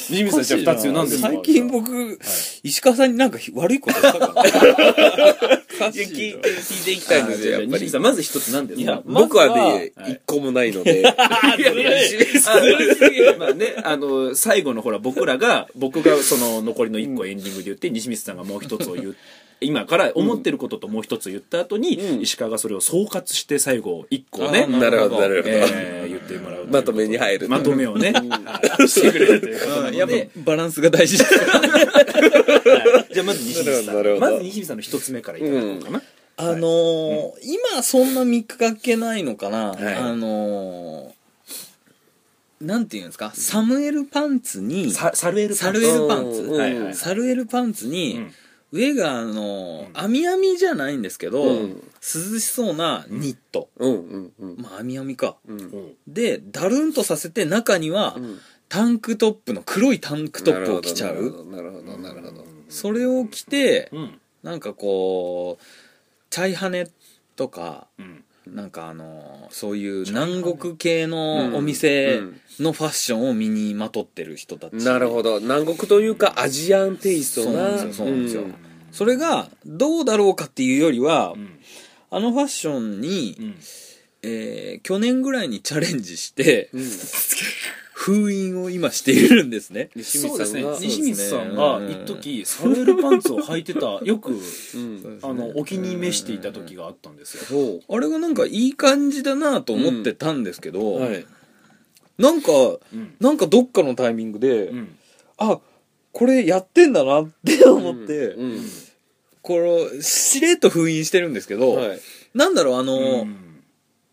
西見さんじゃあ2つなんですか
最近僕、石川さんになんかひ悪いことした
<laughs>
かな
いや聞いて、聞いていきたいんですよ、やっぱ
西見
り
さ。んまず一つなんですか
僕はね、一個もないので。
あのまあね、あの、最後のほら、僕らが、僕がその残りの1個エンディングで言って、西光さんがもう一つを言う。今から思ってることともう一つ言った後に、
ん
石川がそれを総括して最後1個を
あ
ね、
なるほどなるほど
えー言ってもらうということで。
まとめに入る
まとめをね、はいしてくれるということなので
やっぱバランスが大事だ
じゃあまず西光さ
なるほ
ん。
ど
まず西光さんの一つ目からいただこうかな。
あのー今そんな見かけないのかな、
はい
あのーなんていうんですかサムエルパンツに
さサルエル
サルエルパンツ
うん
はいはい
サルエルパンツに、
うん
上があのー網網、じゃないんですけど、
うん
涼しそうなニット、
うんうんうん。
まあ網網か
うん
でだるんとさせて中には、
ん
タンクトップの黒いタンクトップを着ちゃう。
なるほど、なるほど。
それを着て、
うん。
なんかこうチャイハネとか
うん。
なんかあのそういう南国系のお店
うん
のファッションを身にまとってる人たち
なるほど。南国というか、アジアンテイス
そ
ト
うなんです
な。
よそうなんですよ、それがどうだろうかっていうよりは、
うん。
あのファッションに、
うん。
えー去年ぐらいにチャレンジして、
ん
封印を今しているんですね
西
そう
光
です
さん
ね
が。
西光さんが一時サルエルパンツを履いてたよく
うん
あのお気に召していた時があったんですよ
そう。
あれがなんかいい感じだなと思ってたんですけど、
はい。
なんか、
うん
なんかどっかのタイミングで、
うん
あこれやってんだなって思って、
うん
このしれっと封印してるんですけど、
はい
なんだろうあの、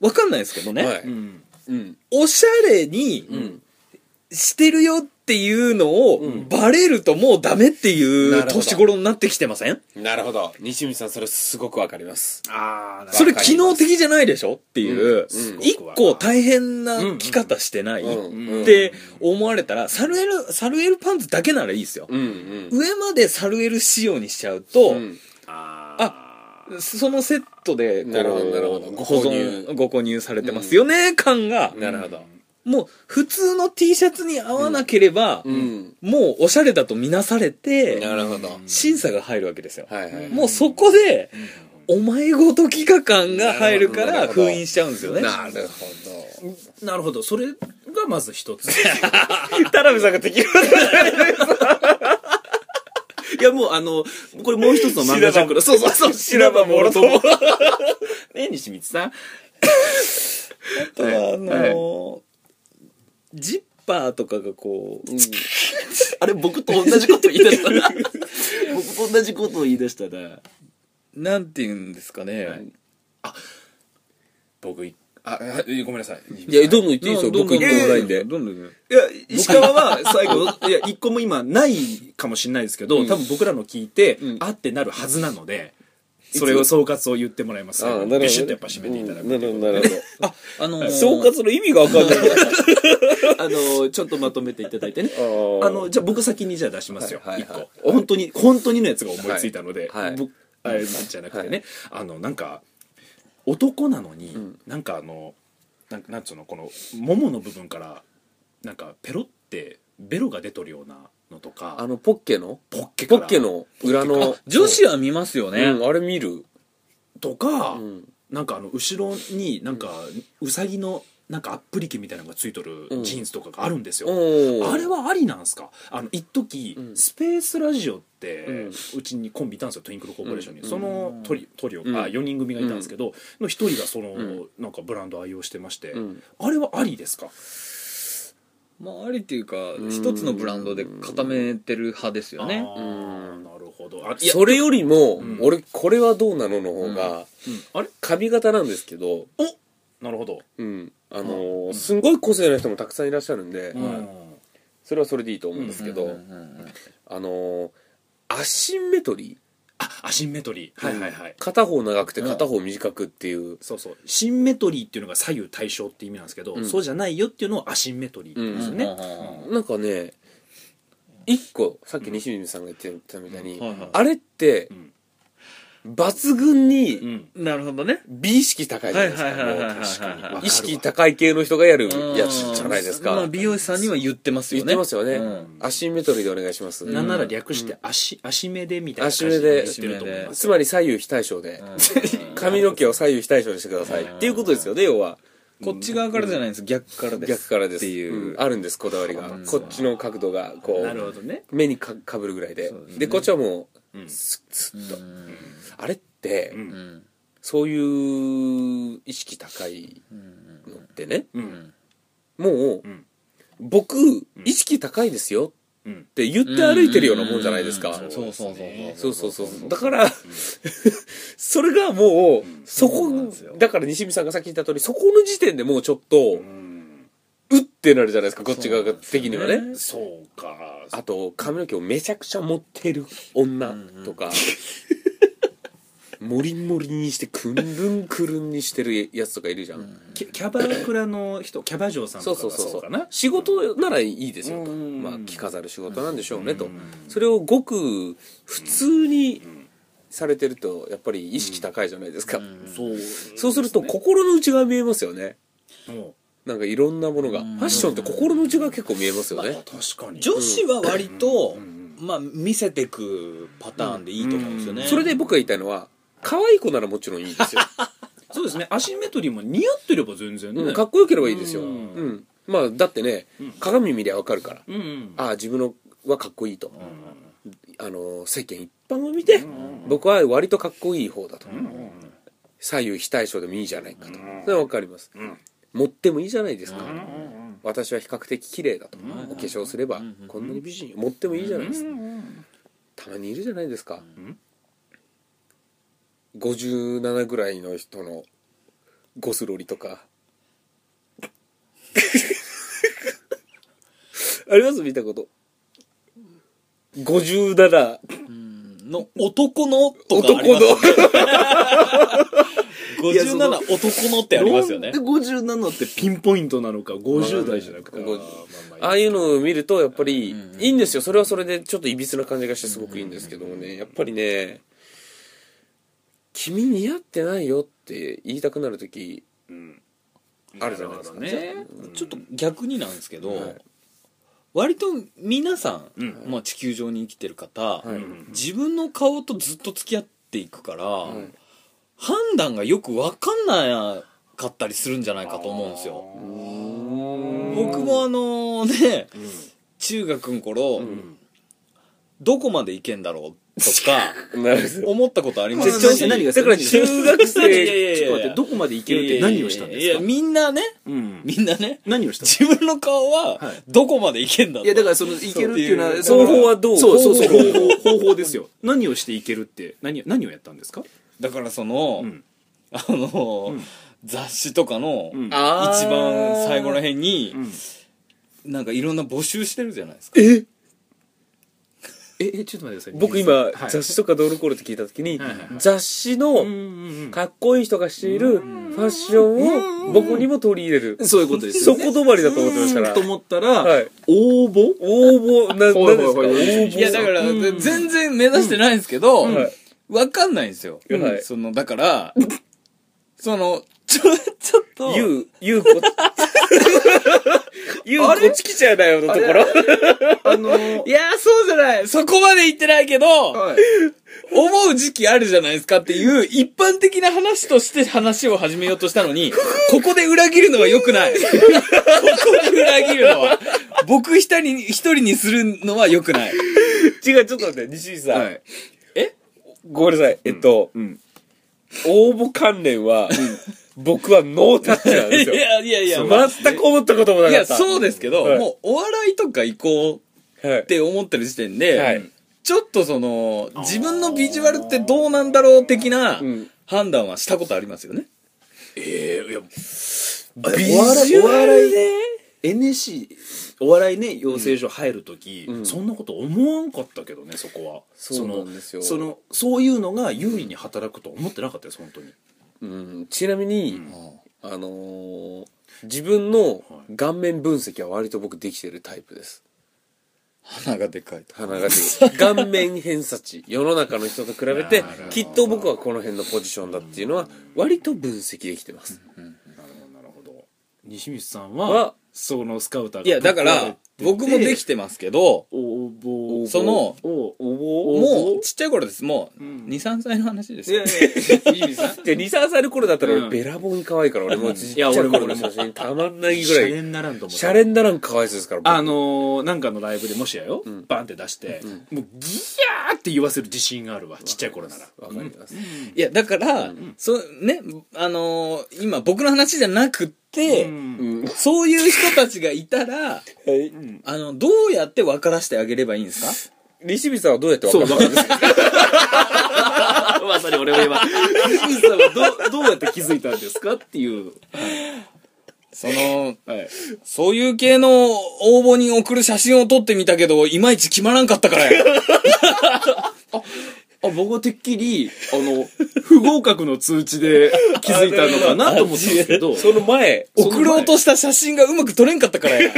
わかんないですけどね、
はい
うん
うん
おしゃれに
うん
してるよっていうのを、
ん
バレるともうダメってい
な
う
るほど
年頃になってきてません
なるほど西見さんそれすごくわかります
ああ
それ
わかります
機能的じゃないでしょっていう、
うんうん
一個大変な着方してない、
うん
って思われたら、サルエル、サルエルパンツだけならいいですよ。
うんうん
上までサルエル仕様にしちゃうと、
うん
あ
そのセットでこう
なるほどなるほどご
保
購
存
入
ご購入されてますよね、感が、
なるほど
もう普通の T シャツに合わなければ、
うん
もうおしゃれだと見なされて、
なるほど
審査が入るわけですよ。
はいはい
もうそこで、お前ごときが感が入るから
なるほど
封印しちゃうんですよね。
なるほ
あなるほどそれがまず一つ
田辺さんが敵
<laughs> いやもうあのこれもう一つの漫画ジャンクそうそうそう
白馬もろとも。
ね西光さ
あ
ん
とはあのージッパーとかがこう、
あれ僕と同じこと言い出したな <laughs> 僕と同じことを言い出したな
なんて言うんですかね、
僕いあごめんなさい
どいやどんどん言ってい
な
いですよ
どんど
僕
ん
一個もないんで
どんどんどんどん
いや、石川は最後、いや、一個も今ないかもしれないですけど、多分僕らの聞いて、あってなるはずなので、それを総括を言ってもらいます。
ああなるほど
ビシッとやっぱ締めていただく。
なるほどなるほ
あ、あのー
ど総括の意味がわかんない
あの、ちょっとまとめていただいてね。
あ
あの、じゃあ僕先にじゃあ出しますよ。一、
はいはいはい
個。本当に、本当にのやつが思いついたので、
はいはい
僕、あれじゃなくてね、あの、なんか、男なのに、なんかあの、なんなんつうの、この、ももの部分から、なんか、ペロって、ベロが出とるようなのとか、
あのポッケの
ポッケか
ポ
ら
ッケの裏の
女子は見ますよね、
うんあれ見る
とか、
ん
なんかあの後ろになんかうさぎのなんかアップリケみたいなのがついとる
うん
ジーンズとかがあるんですよ、あ
あ
れはありなんすかあの一時、
うん
スペースラジオって、
う
うんちにコンビいたんですよトゥインクルコーポレーションに、
うん
そのトリトリオ、
うん
あ4人組がいたんですけど、の一人がその、
ん
なんかブランド愛用してまして、
うん
あれはありですか
まあありっていうか
ん
一つのブランドで固めてる派ですよね
あーなるほどあいや
それよりも、
うん
俺これはどうなのの方が、
うんあれ
髪型なんですけど、
なるほど、
うんあのー
うん
すんごい個性の人もたくさんいらっしゃるんで、
うん
それはそれでいいと思うんですけど、
うんうんうん
あのーアシンメトリ
あアシンメトリー
ー、
はいはいはい、
片方長くて片方短くっていう、
そうそうシンメトリーっていうのが左右対称って意味なんですけど、
うん
そうじゃないよっていうのをアシンメトリーって言うんですよね、
うんうんうん
なんかね一個さっき西水さんが言ってたみたいに、
うんはいはい
あれって
う、ん
抜群
う
に
ん
うんなるほどね
美意識高いじゃないですか、
はいはいはいはい
もう
確かにわかるわ
意識高い系の人がやるやつじゃないですか、
まあ、美容師さんには言ってますよ
言
ね
ってますよね、 <laughs>
うん
アシンメトリーでお願いします、
なんなら略して足、足目でみたいな
足
感
目
じ
で
でしてると思います
つまり左右非対称で、
うん
髪の毛を左右非対称にしてください、っていうことですよね要は
こっち側からじゃないんです逆からです
逆からです
っていう、
うんあるんですこだわりが、こっちの角度がこ
なるほ
う
どね
目にかかぶるぐらいでで,、
そうですね
こっちはもう、
うん
スッスッと、
うん
あれって、
うん
うん
そういう意識高い
うん
のってね
う
うんん
もう、
うん
僕意識高いですよ
うん
って言って歩いてるようなもんじゃないですか、
うんそうそうそう
そうそうそうそうだから、 <laughs> それがもう、そこ
そうなんですよ
だから西見さんがさっき言った通りそこの時点でもうちょっと、うってなるじゃないですかこっち側的には
そう
ね
そうか
あと髪の毛をめちゃくちゃ持ってる女と <laughs> か、モリモリにしてくんるんくるんにしてるやつとかいるじゃん、
キャキャバクラの人キャバ嬢さん
そ
と
う
か
そう
が
そう
そ
そう
うかな
仕事ならいいですよと、
うん
まあ、着飾る仕事なんでしょうねと、
うん
それをごく普通にされてるとやっぱり意識高いじゃないですか、
そう
そうすると心の内側見えますよね
も
なんかいろんなものがファッションって心の内側結構見えますよ
う
ね、
確かに
女子は割と、
ん
まあ見せてくパターンでいいと思うんですよね、
それで僕が言いたいのは可愛い子ならもちろんいいですよ、
そうですねアシンメトリーも似合ってれば全然
<laughs>
ね、
うん、かっこよければいいですよ、
う
うんんまあだってね、
うん
鏡見りゃわかるから
うんうん
ああ自分のはかっこいいと、
う
あの世間一般を見て、僕は割とかっこいい方だと、
んうんうん
左右非対称でもいいじゃないかと、
うん
それはわかります、
うん
持ってもいいじゃないですか、
うんうんうん
私は比較的綺麗だと、
うん
お化粧すれば、
うん
こんなに美人に持ってもいいじゃないですか、
うん
たまにいるじゃないですか、
ん
57ぐらいの人のゴスロリとかあります見たこと57
の男のとかあり
男
ま
の
すよね57男のってありますよね
なんで57ってピンポイントなのか50代じゃなくて、
50
まあま
あ
あ
あいうのを見るとやっぱり
うんうん
いいんですよそれはそれでちょっといびつな感じがしてすごくいいんですけどもねやっぱりね「君似合ってないよ」って言いたくなる時
うん
あるじゃないですか
な
じゃ
るほど
あ
ね
ちょっと逆になんですけど、
はい
割と皆さん、
うん
まあ、地球上に生きてる方、
はい
うん
自分の顔とずっと付き合っていくから、
はい
判断がよく分かんなかったりするんじゃないかと思うんですよ僕もあのね中学の頃、
ん
どこまでいけんだろうと
<laughs>
か
なるほど
思ったことありま
まあ
す
ちょっと何が
だから中学
いやいやいやいや
生
ちょっと待ってどこまでいけるって何をしたんですか
いやいやみんなね <laughs>
うん
みんなね
何をした
自分の顔は
はい
どこまでいけんだ
いやだ
か
からそのいけるっていうのは
そう
その
方法はどう
そうそうそう
方法
方法方法ですよ何をしていけるって何何をやったんですか、
だからその、
うん
あの、
うん
雑誌とかの、
うん
一番最後らへんに、
うん
なんかいろんな募集してるじゃないですか
え
ええちょっと待ってください
僕今
はい
雑誌とかどうのこうのって聞いた時に
はいはいはい
雑誌
うん
の
うん
かっこいい人がしているファッションを僕にも取り入れる
うんそういうことです
そ
よ
こ
ね
止まりだと思ってましたか
うー
ら
んと思ったら、
はい
応募
応募ななんですか応
ほいほいほい
募
いやだから
うん
全然目指してないんですけど、
んはい
わかんないんですよ、
はい
そのだから
<laughs>
そのちょちょっと
ゆう、ゆ <laughs> うこ、ゆうこちきちゃうだよのところ。
あのー
いやそうじゃないそこまで言ってないけど
はい
思う時期あるじゃないですかっていう一般的な話として話を始めようとしたのに、ここで裏切るのは良くない。ここで裏切るのは。僕一人に、一人にするのは良くない。
違う、ちょっと待って、西井さん。
はい
ごめんなさい。えっと、
うん
応募関連は、僕はノータッチなん
い
<laughs> ですよ。
やいやいや、ま
全く思ったこともな
あ、い
か
や、
った。
そうですけど、
はい
もうお笑いとか行こう
はい
って思ってる時点で、
はい
ちょっとその、自分のビジュアルってどうなんだろう的な
うん
判断はしたことありますよね。
ええいや
ビジ
お笑い
ュ
お
ア
笑
ル
いね NSC お笑いね養成所入る時、
ん
そんなこと思わんかったけどねそこは
そうなん
その
ですよ
そのそういうのが有利に働くとは思ってなかったです本当に
うんちなみに、あのー自分の顔面分析は割と僕できてるタイプです。
鼻がでかいと。
鼻が出 <laughs> る顔面偏差値世の中の人と比べて
なるほど
きっと僕はこの辺のポジションだっていうのは割と分析できてます、
なるほどなるほど西光さんは
は
そのスカウターが
いや、だから、僕もできてますけど、
応募
その
応募
もう、ちっちゃい頃です。もう、
うん
2、3歳の話です
いや
よ
い。や西光さ
<laughs>
ん
で23歳の頃だったら
う
俺
ん
べらぼうに可愛いから俺もうちっ
い
ちゃ
や
い
俺も
頃の写真たまんないぐら
シャレ
い
にならんと思っ
シ
た
ャレにならん可愛さですから僕
あのーなんかのライブでもしやよ、バンって出して、もうギヤーって言わせる自信があるわちっちゃい頃なら
わかります、
いや、だから、そう、ね、あのー今僕の話じゃなくって、
うん
そういう人たちがいたら、
はい
あの、どうやって分からせてあげればいいんですか
西光さんはどうやって
そう
分か
わ
る
かるまさに俺も <laughs> 今西口さんはどどうやって気づいたんですかっていう
その、
はい
そういう系の応募に送る写真を撮ってみたけど、いまいち決まらんかったからや。
あ僕はてっきりあ <laughs> の不合格の通知で気づいたのかなと思ったんですけど
その前
その前
送ろうとした写真がうまく撮れんかったからや。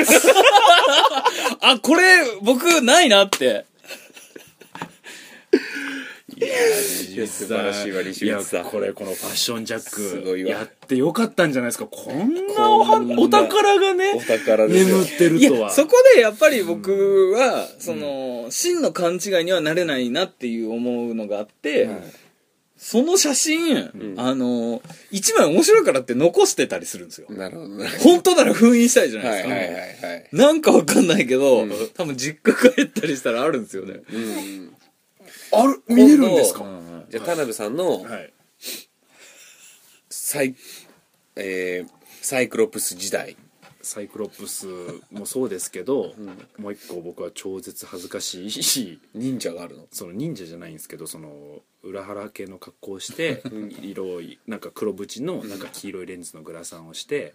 あ、これ、僕、ないなって。
素晴らしいわ西
い
光
や
さん
これこのファッションジャ
すごい
ック
わ
やってよかったんじゃないですかこんなおは
こんな
お宝がね
お宝ですよ
眠ってる
いや
とは
そこでやっぱり僕は、その真の勘違いにはなれないなっていう思うのがあって、その写真、
ん
あの一枚面白いからって残してたりするんですよ、
なるほどなは
本当なら封印したいじゃない
い
で
は
すか、
いはいはい
なんかわかんないけど、
うん
多分実家帰ったりしたらあるんですよね、
うん
ある見れるんですか
今じゃあ田辺さんの
はい
サイ,、えーサイクロプス時代
サイクロプスもそうですけど、もう一個僕は超絶恥ずかしいし
忍者があるの
その忍者じゃないんですけどその裏腹系の格好をして色をなんか黒縁のなんか黄色いレンズのグラサンをして、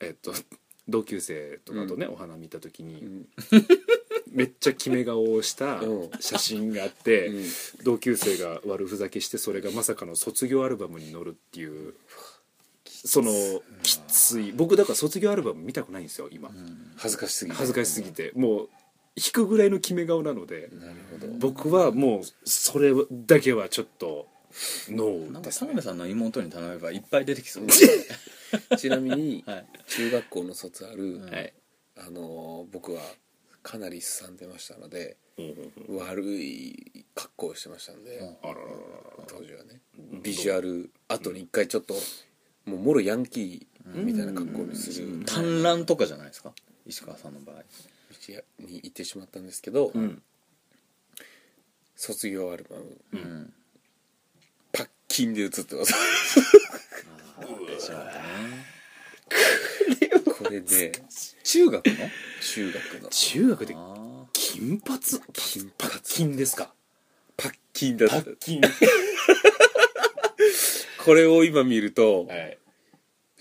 えっと同級生とかとね、お花見行った時に、
ん
めっちゃ決め顔をした
うん
写真があって、
うん
同級生が悪ふざけしてそれがまさかの卒業アルバムに載るっていう。そのきつい僕だから卒業アルバム見たくないんですよ今、
恥ずかしすぎて
恥ずかしすぎてもう引くぐらいの決め顔なので、
なるほど
僕はもうそれだけはちょっとノ
な
ー
ん
で
か
す
田
ね
辺さんの妹に頼めばいっぱい出てきそう <laughs>
ちなみ
<laughs>
に
はい
中学校の卒ある、
は
はい、
あのー僕はかなりすさんでましたので
うんうんうん
悪い格好をしてましたんで、
うん
あらららら
当時はねビジュアル後に一回ちょっともうもろヤンキーみたいな格好にする
単乱とかじゃないですか石川さんの場合
道に行ってしまったんですけど、
うん
卒業アルバム
うん
パッキンで写ってます
<laughs>
でしょうね
これで
中学の
中学の
中学で
あ
金髪
金
パッキンですか
パッキンだった
キン
これを今見ると
はい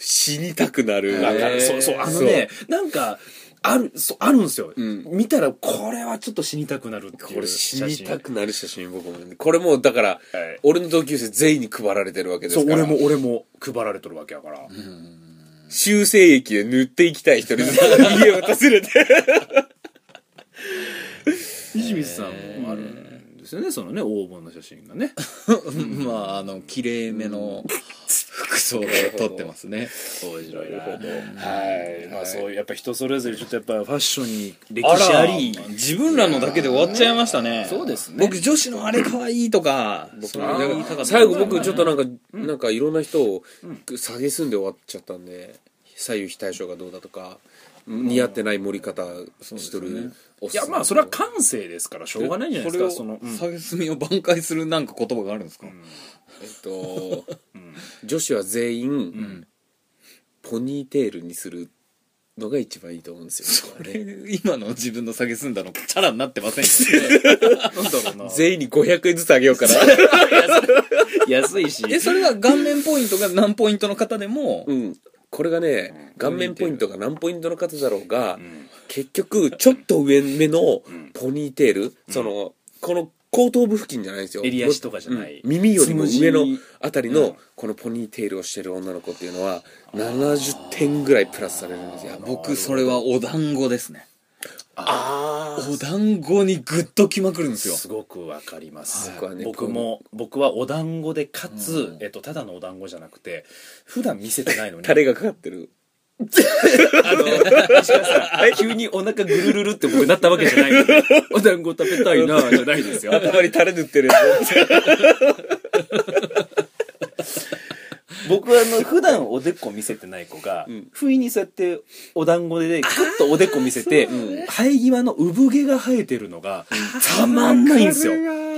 死にたくなる、
わか
へー
るそうそうあのねなんかあるそうあるんですよ、
うん
見たらこれはちょっと死にたくなるっていう
これ死にた
写
くなる写真僕もねこれもうだから
真はい
俺の同級生全員に配られてるわけです
そ
か
う
ら
俺も俺も配られとるわけやから、
ーうん
修正液で塗っていきたい人
<laughs>
に家を渡せれて
西水さんもあるんですよねそのね黄金の写真がね
<laughs> まああの綺麗めの服装を撮ってますね面白いな
はい、まあそういうやっぱ人それぞれちょっとやっぱファッションに歴
あ
史
ら
あり
自分らのだけで終わっちゃいましたね
そうですね
僕女子のあれ可愛いとかそれ
あ
言い
ー
たかった
最後僕ちょっとなんか、なんかいろんな人を下げすんで終わっちゃったんで左右非対称がどうだとか、似合ってない盛り方しとるおっ
い
さん
やまあそれは感性ですからしょうがないんじゃないですかそ
それ
の
を、
うん
下げすみを挽回するなんか言葉があるんですか、
えっ
<laughs>
と、女子は全員、ポニーテールにするのが一番いいと思うんですよ
これ <laughs> 今の自分の下げすんだのチャラになってません
なんだろう <laughs> な
全員に500円ずつあげようかな
安いし
<laughs> えそれは顔面ポイントが何ポイントの方でも、
うんこれがね顔面ポイントが何ポイントの方だろうが、
ん
結局ちょっと上目のポニーテール、そのこの後頭部付近じゃないですよ
襟足とかじゃない
うん耳よりも上の
つむじ
あたりのこのポニーテールをしてる女の子っていうのは70点ぐらいプラスされるんですよ
僕それはお団子ですね
あ
お団子にグッときまくるんですよ
すごくわかります、
僕はね
僕も僕はお団子でかつ、えっと、ただのお団子じゃなくて普段見せて <laughs> ないのに
タレがかかってる
あの、石川さ
<laughs>
ん、急にお腹ぐるるるって僕なったわけじゃないので、お団子食べたいな、じゃないですよ。
頭にタレ塗ってるやつ
僕はあの、普段おでこ見せてない子が、不意にそうやってお団子で、クッとおでこ見せて、生え際の産毛が生えてるのが、たまんないんですよ。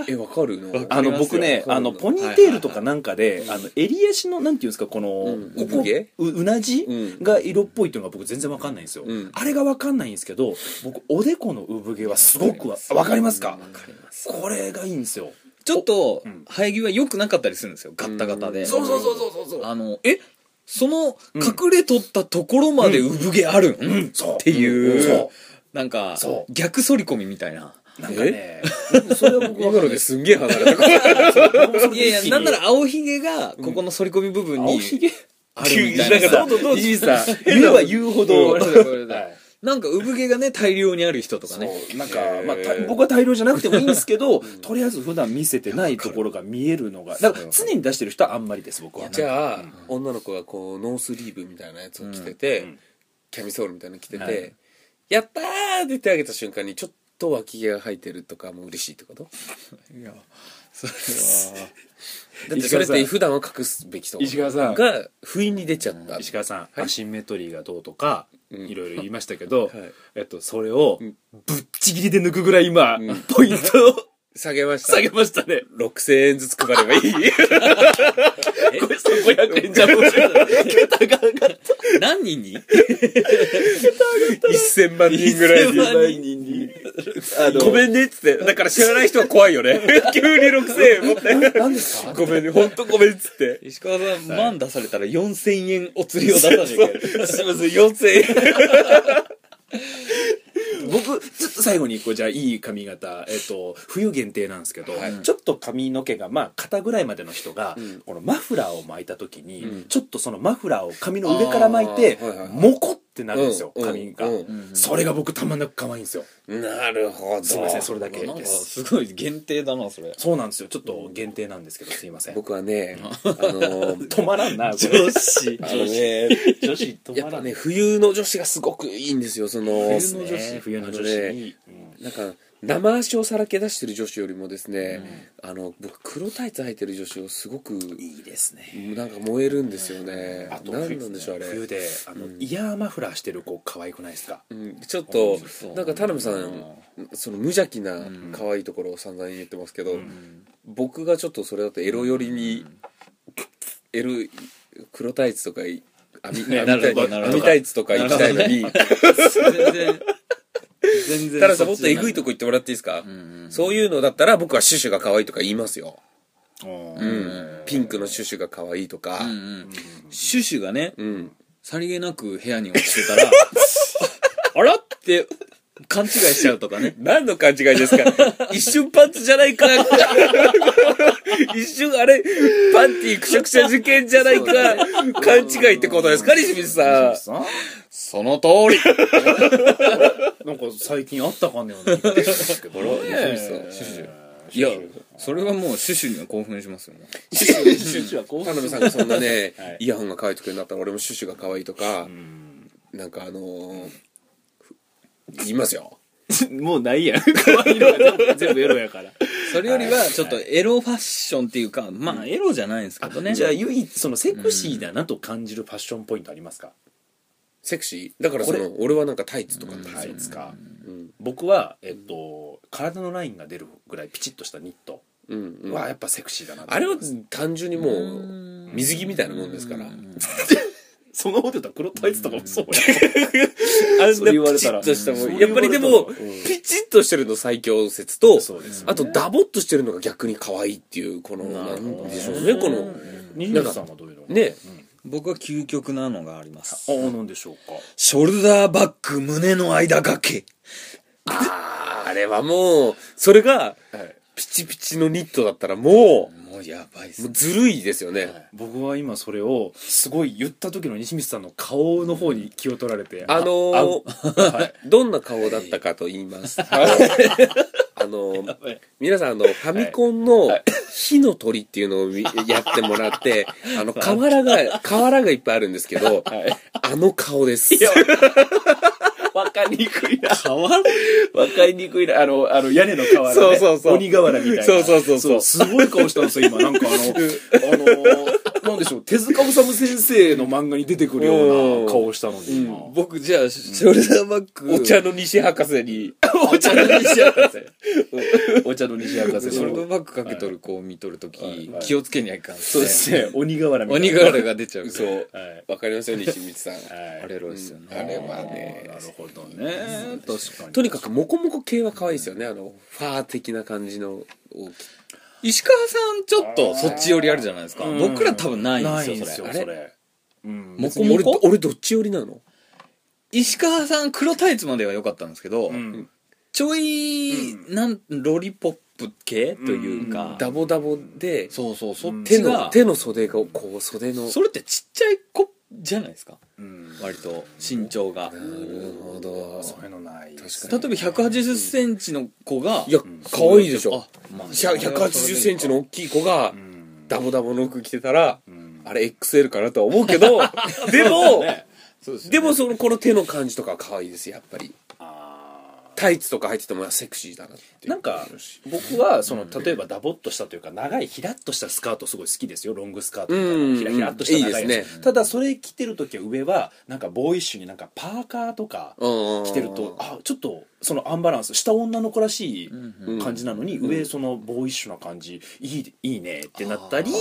えわかるの
あの、僕ね、あの、ポニーテールとかなんかで、あの、襟足の、なんていうんですか、この、
うん
ここ
産毛
う、うなじ
うん
が色っぽいっていうのが僕全然わかんないんですよ。
うん
あれがわかんないんですけど、僕、おでこの産毛はすごくわ、わかりますかこれがいいんですよ。
ちょっと
うん
生え際良くなかったりするんですよガッタガタで、
そうそうそうそうそうそう
あのえその隠れとったところまで産毛あるん、
そう
っていう、
んそ
なんか
そう
逆反り込みみたいな
う。なんかね、
それは僕今のですんげえ離れた
いや <laughs> いやなんなら青ひげがここの反り込み部分に、
青ひげ
あるみたいな
急になんかどうぞどうぞ言えば言うほど、はい
なんか産毛がね大量にある人とかね
そうなんか
へー、
まあ、た僕は大量じゃなくてもいいんですけど、とりあえず普段見せてないところが見えるのがだから常に出してる人はあんまりです僕は
じゃあ女の子がこうノースリーブみたいなやつを着てて、
ん
キャミソールみたいなの着てて「
はい
やったー!」って手あげた瞬間にちょっと脇毛が生えてるとかも嬉しいってこと
いやそれは
だってそれって普段は隠すべきとこ
石川さん
が不意に出ちゃった
石川さん、アシンメトリーがどうとか、いろいろ言いましたけ <laughs> ど、
はい
えっと、それをぶっちぎりで抜くぐらい今、ポイントを
下げました
下げましたね。
6000円ずつ <laughs> 配ればいい
500円じゃん。桁が上がった。
何人に
1000万人ぐらいに
1000万
1000万人にあ
ごめんねっつってだから知らない人は怖いよね <laughs> 急に6000円持って何ですかごめんね本当ごめんっつって
石川さん、万出されたら4000円お釣りを出さなきゃいけない。
すいません4000円
<laughs> 僕ちょっと最後に一個じゃあいい髪型、えっと、冬限定なんですけど、ちょっと髪の毛がまあ肩ぐらいまでの人が、このマフラーを巻いた時に、ちょっとそのマフラーを髪の上から巻いて
あーはいはいはい
モコってなるんですよ、
うん
髪が、
うん
それが僕たまんなく可愛いんですよ
なるほど
すいませんそれだけ
なんか
です
すごい限定だな、それ。
そうなんですよちょっと限定なんですけどすいません
僕は
<laughs>
ねあのー
止まらんなこれ
女子。
あのね
女子止
や
ま
っ
ら
ぱ
んね
ね冬の女子がすごくいいんですよその
冬
そ
の女
うです
子
ね
冬の女子に、
なんか生足をさらけ出してる女子よりもですね、あの僕黒タイツ履いてる女子をすごく
いいですね
なんか燃えるんですよね、
あと
何なんでしょうあれ
冬であの、イヤーマフラーしてる子可愛くないですか
うん、ちょっと
そう
なんか田辺さんその無邪気な可愛いところを散々言ってますけど、僕がちょっとそれだとエロ寄りに、エロ黒タイツとかい網
ね
網
なるほど
タイ
なるほど
網タイツとか行きたいのに、
<laughs> 全然。全
田
然。
辺さんもっとえぐいとこ行ってもらっていいですか、
うんうん
そういうのだったら僕はシュシュが可愛いとか言いますよ、
う
うんピンクのシュシュが可愛いとか、
うんうん。シュシュがね、
うん
さりげなく部屋に落ちてた <laughs> ら、あらって勘違いしちゃうとか <laughs> ね。
何の勘違いです <laughs> か一瞬パンツじゃないか一瞬あれ、パンティくしゃくしゃ受験じゃないか勘違いってことですか西水さん。
その通り
なんか最近あったかんねような気がするんですけどね
シュシュ。いや、それはもうシュシュには興奮しますよね。
女子はこう
田辺さんがそんなね、イヤホンが可愛いとかになったら俺もシュシュが可愛いとか、なんかあのー言いますよ。
もうないやん可愛いのが全部全部エロやから
それよりは、ちょっとエロファッションっていうか、まあエロじゃないんですけどね。
じゃあ唯一そのセクシーだなと感じるファッションポイントありますか、
セクシーだからその、俺はなんかタイツとかなんですよ
タイツか、
うん
僕は、えっと、体のラインが出るぐらいピチッとしたニット
うんうん
はやっぱセクシーだなと
あれは単純にもう、水着みたいなもんですから。
そのこと言ったら黒タイツとかもそうや、
あんな
それ言わ
ピ
れ
チ
たら
ッとしたも
そ
ん。
う
やっぱりで
言わ
も
れたらうん、
ピチッとしてるの最強説と、
そうですよね
あとダボっとしてるのが逆に可愛いっていう、この、
な
な
るほど
んでしょうね、この、
西野さんはどういうの
ね、
僕は究極なのがあります。
ああなんでしょうか
ショルダーバッグ胸の間掛け。
あーあれはもう、それが、
はい
ピチピチのニットだったらも
もうやばいっ
う、
す
もう。ずるいですよね。
僕は今それをすごい言った時の西光さんの顔の方に気を取られて、
あのー <laughs>
あはい
どんな顔だったかと言いますと、 <laughs> あのー皆さんあの、ファミコンの火の鳥っていうのをみやってもらって、あの、瓦が、瓦がいっぱいあるんですけど、あの顔です。
わかりにくいな
変わる
わかりにくいなあのあの屋根の瓦ね
そうそうそう
鬼瓦みたいな
そうそうそう
そ
そうう。
すごい顔したんですよ今なんかあのあのーなんでしょう手塚治虫先生の漫画に出てくるような顔をしたので今、
僕じゃあ、ショルダーバッグ。
お茶の西博士に、
お茶の西博士お茶の西博
シ
士
ョルダ
の
ーバッグかけとる子を見とるとき、気をつけにゃいかんっす
そう
ね。
ですね
鬼瓦みたいな
鬼瓦が出ちゃうから。
そう
はい。
わかりますよ、西光さん。
はい
あれエロいっすよね。
あれはね。
なるほどね確かに
とにかくモコモコ系は可愛いですよね。あの、ファー的な感じの大き
石川さん、ちょっとそっち寄りあるじゃないですか。
うん
僕ら多分ないん
ないん
で
ですす
よ、
よ
そ
そ
れ。
れ
あれ
うん
も
別
こ
に
も
俺
こ、
俺どっち寄りなの
石川さん、黒タイツまでは良かったんですけど、
うん
ちょい、なん、ロリポップ系というか、
ダボダボで、
そうそう、そっ
手
ち
の、
が、
手の袖が、こう、袖の。
それってちっちゃい子じゃないですか。
うん
割と、身長が。
なるほど。
そういうのない
確
例えば180センチの子が、
いや、可愛いでしょ。
まあ
180センチの大きい子が
う、ん
ダボダボの服着てたら、
うん
あれ XL かなとは思うけ
<laughs>
ど、でも、
そうですね
でもその、この手の感じとかは可愛いです、やっぱり。
あー
タイツとか入っててもセクシーだなっていう
なんか僕はその例えばダボっとしたというか長いひらっとしたスカートすごい好きですよロングスカートみたい
うん
なひらひらっとした長い
いい
や
で
つ
す
ただそれ着てる時は上はなんかボーイッシュになんかパーカーとか
着
着てるとあちょっとそのアンバランス下女の子らしい感じなのに上そのボーイッシュな感じいいいいねってなったり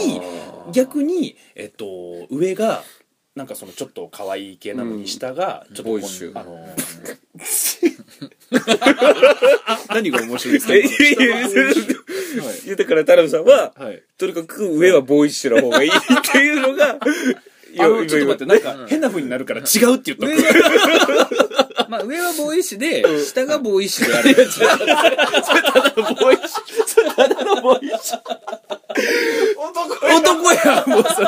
逆にえっと上がなんかそのちょっと可愛い系なのに下が、ちょっとこ
ボ
う
ーイッシュ
あの
何が面白いですか
え <laughs> いやいやいやだから田辺さんは、
はい
とにかく上はボーイッシュな方がいいっていうのが、い
あ
や
のちょっと待って
今
なんか変な風になるから違うって言った
上はまあ上はボーイッシュで、下がボーイッシュである。
男やもうそれ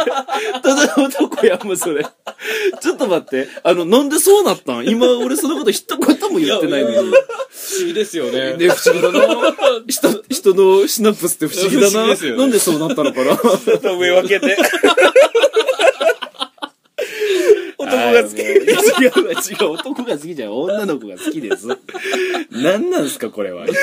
ただの男やもうそれちょっと待ってあのなんでそうなったん今俺そのこと一言も言ってないのに
不思議 <laughs> ですよね。
ね不思議だな人人のシナプスって不思議だ
不思
な
議ですよね
なんでそうなったのかな
ちょっと上分
<laughs>
けて。男が好き。
違う違う男が好きじゃん女の子が好きです
何なんですかこれは
面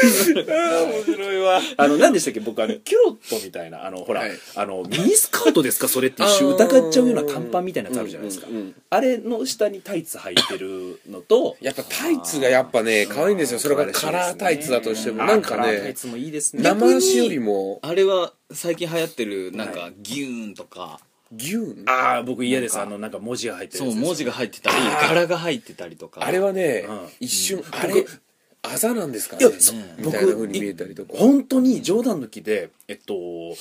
白いわ。
あの何でしたっけ僕あのキュロットみたいなあのほら、
はい
あのミニスカートですかそれって一瞬疑っちゃうような短パンみたいなやつあるじゃないですか、
うんうんうん
あれの下にタイツ履いてるのと
やっぱタイツがやっぱね、可愛いんですよ。それがカラータイツだとしても。なんか
あーカラータイ
ね、
ツもいいですね
生足よりも、
あれは最近流行ってる、なんか、ギューンとか、
牛
ああ僕嫌ですあのなんか文字が入ってる
そ
や
う、
つ
文字が入ってたり、柄が入ってたりとか。
あれはね
うん、
一瞬、あれ、あざなんですかね
いやそ
みたいな風に見えたりとか。
本当に冗談抜きでえっと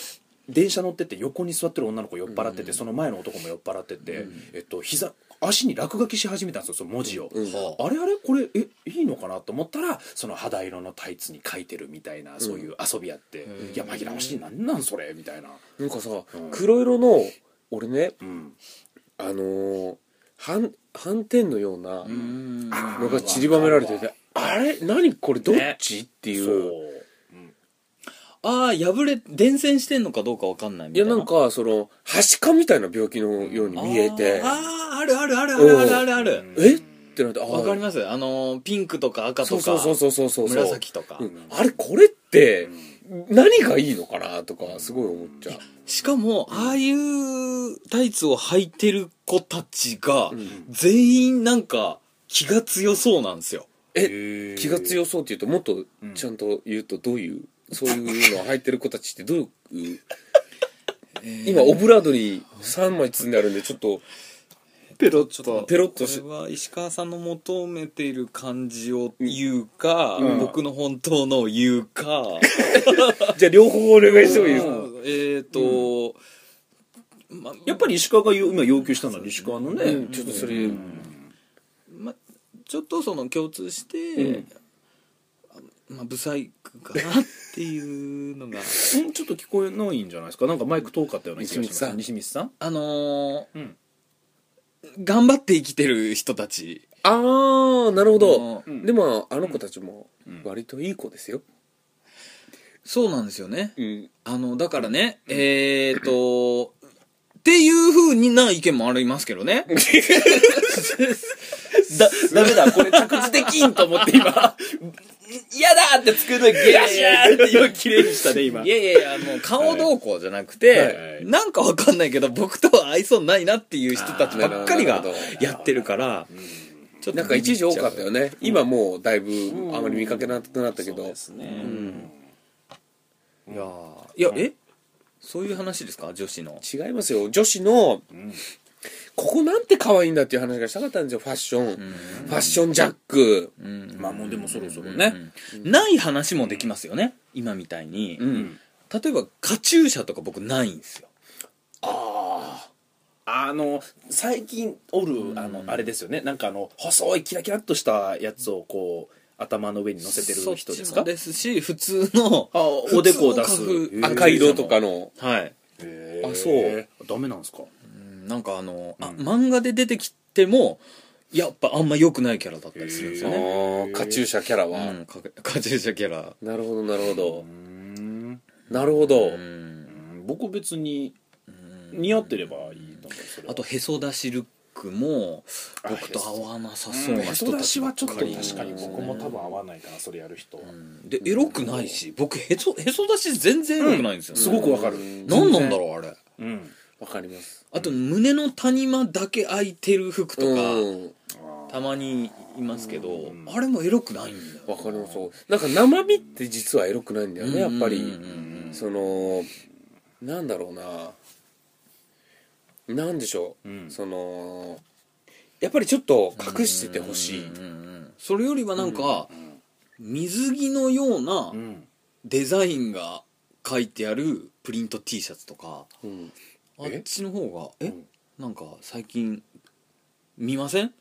電車乗ってて横に座ってる女の子酔っ払ってて、その前の男も酔っ払ってて、えっと膝足に落書きし始めたんですよその文字を、あれあれこれえいいのかなと思ったらその肌色のタイツに書いてるみたいなそういう遊びやって、いや紛らわしいなんなんそれみたいな、
なんかさ
ん、
黒色の、俺ね、
うん、
あのー、斑斑点のような
うん。
のが散りばめられてて、あれ何これどっちってい
そ
う。
う
ああ、破れ、伝染してんのかどうかわかんないみた
い
い
や
な。
なんか、その、はしかみたいな病気のように見えて、
ああ、あるあるあるあるあるあるある。
えってなって、あー
わかりますあの、ピンクとか赤と
そう
か、
そうそうそうそうそう。
紫とか
う。んあれこれって何がいいのかなとかすごい思っちゃう
しかも、ああいうタイツを履いてる子たちが
ん、
全員なんか、気が強そうなんですよ。
え気が強そうっていうともっとちゃんと言うとどういうそういうのを履いてる子たちってどう
<laughs>
いう今オブラードに3枚積んであるんでちょっと
ペロッ
ペロッとし
これは石川さんの求めている感じを言うか、
ん
僕の本当のを言う
<laughs>
か、
じゃあ両方お願いしてもいいです
う
か
んえっ、と、ま
やっぱり石川がよ今要求したのは石川のね、
うんちょっとそれ
ま、ちょっとその共通して、あまあ、不細工かなっていうのが
んちょっと聞こえないんじゃないですかなんかマイク遠かったような気がします
西光さん
西光さん
あのー
うん
頑張って生きてる人たち
ああなるほど
うん
でもあの子たちも割といい子ですよ
そうなんですよね
うん
あのだからね、えっ、とっていうふうにな意見もありますけどね
だダメだこれ着地できんと思って今 <laughs> 嫌だって机の上ギラシャーって今綺麗にしたね今
いやいやいや、もう顔同行じゃなくて、
はい
はい
なんかわかんないけど、僕とは合いそうにないなっていう人たちばっかり
あ
が
ーなるほ
やってるから、ちょっ
なんか一時多かったよ
ね。
ね今もうだいぶあまり見かけなくなったけど
ね
いやーいや、えそういう話ですか女子の。
違いますよ女子の、ここなんて可愛いんだっていう話がしたかったんですよファッション、ファッションジャック、
うん
まあもうでもそろそろね、
うんない話もできますよね。今みたいに。
ん
例えば、カチューシャとか僕ないんですよ。
あの最近おるあのあれですよねなんかあの細いキラキラっとしたやつをこう頭の上に乗せてる人です
そっちも
か
ですし、普通の、
あおでこを出す
普通の花粉
赤色とかの
はい。
あそう
ダメなんですか
なんかあの、あ漫画で出てきてもやっぱあんま良くないキャラだったりするんです
あ
よね、
ーカチューシャキャラは、
うん、かカチューシャキャラ
なるほどなるほど
うーん
なるほど、
うん
僕別に似合ってればいいと思うそれは
あとへそ出しルックも
あ
僕と合わなさそう
うん
な
へ
人
そ
た
出
ち
し
ば
は
っ
ちょっと
かり
確かに僕も多分合わないかなそれやる人は
うんでエロくないし僕へそへそ出し全然エロくないんですよね、
すごくわかる
何なんだろうあれ
うん
わかります
あと胸の谷間だけ開いてる服とか、
うん
たまにいますけど、
ん
あれもエロくないんだよ
わかりますなんか生身って実はエロくないんだよねやっぱり、
うんうんうんうん
そのなんだろうななんでしょう、
うん
そのやっぱりちょっと隠しててほしい、
うんうんうんそれよりはなんか、水着のような
うん
デザインが書いてあるプリント T シャツとか
うん
あ
え
っちの方がえ、
うん
なんか最近見ません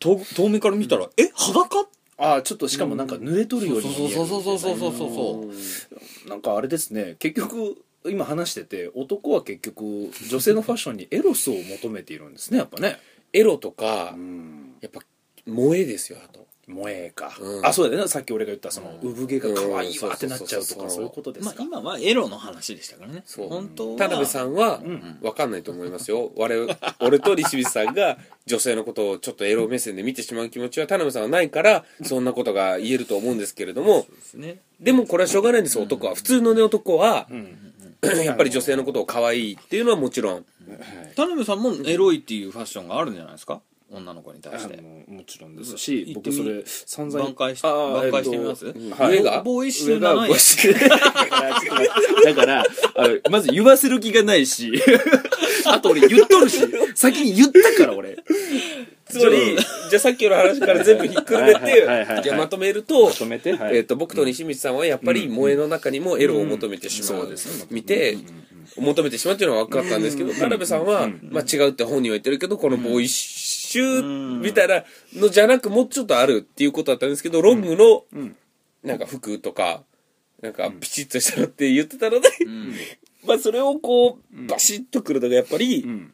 遠遠目から見たら、え裸
ああちょっとしかもなんか濡れとるように見える
そうそうそうそうそうそうそう
なんかあれですね結局今話してて男は結局女性のファッションにエロスを求めているんですねやっぱね
エロとか、
ん
やっぱ萌えですよあと
萌えか、
うん
あそうだよねさっき俺が言ったその産毛が可愛いわってなっちゃうと
う
か
ん
そういうことです
まあ
か、
今はエロの話でしたからね
そう
本当は
田辺さんは、
ん
わかんないと思いますよ我々俺と西光さんが女性のことをちょっとエロ目線で見てしまう気持ちは田辺さんはないからそんなことが言えると思うんですけれども
ですね
でもこれはしょうがないんです男は普通のね男は
う、ん
やっぱり女性のことを可愛いっていうのはもちろん
田辺さんもエロいっていうファッションがあるんじゃないですか女の子に対し
あ
て
のもちろんですし、
うん
僕それ散々
挽回し
あ
挽回してみます、
えっと
はい上が
ボーイッシ
上
ュな
が
ない
ご指摘 <laughs> だからあのまず言わせる気がないしあと俺言っとるし先に言ったから俺
つまりじゃあさっきの話から全部ひっくるめ
はいはいはいは
て
い
じゃあまとめると
止めてはい
えっと僕と西光さんはやっぱり萌えの中にもエロを求めてしまう,、見て、求めてしまうっていうのは分かったんですけど、田辺さんは、まあ、違うって本人は言ってるけどこのボーイッシュみたいなのじゃなくもうちょっとあるっていうことだったんですけどロングのなんか服とかなんかピチッとしたのって言ってたので、 <laughs> まあそれをこうバシッとくるのがやっぱり、
ん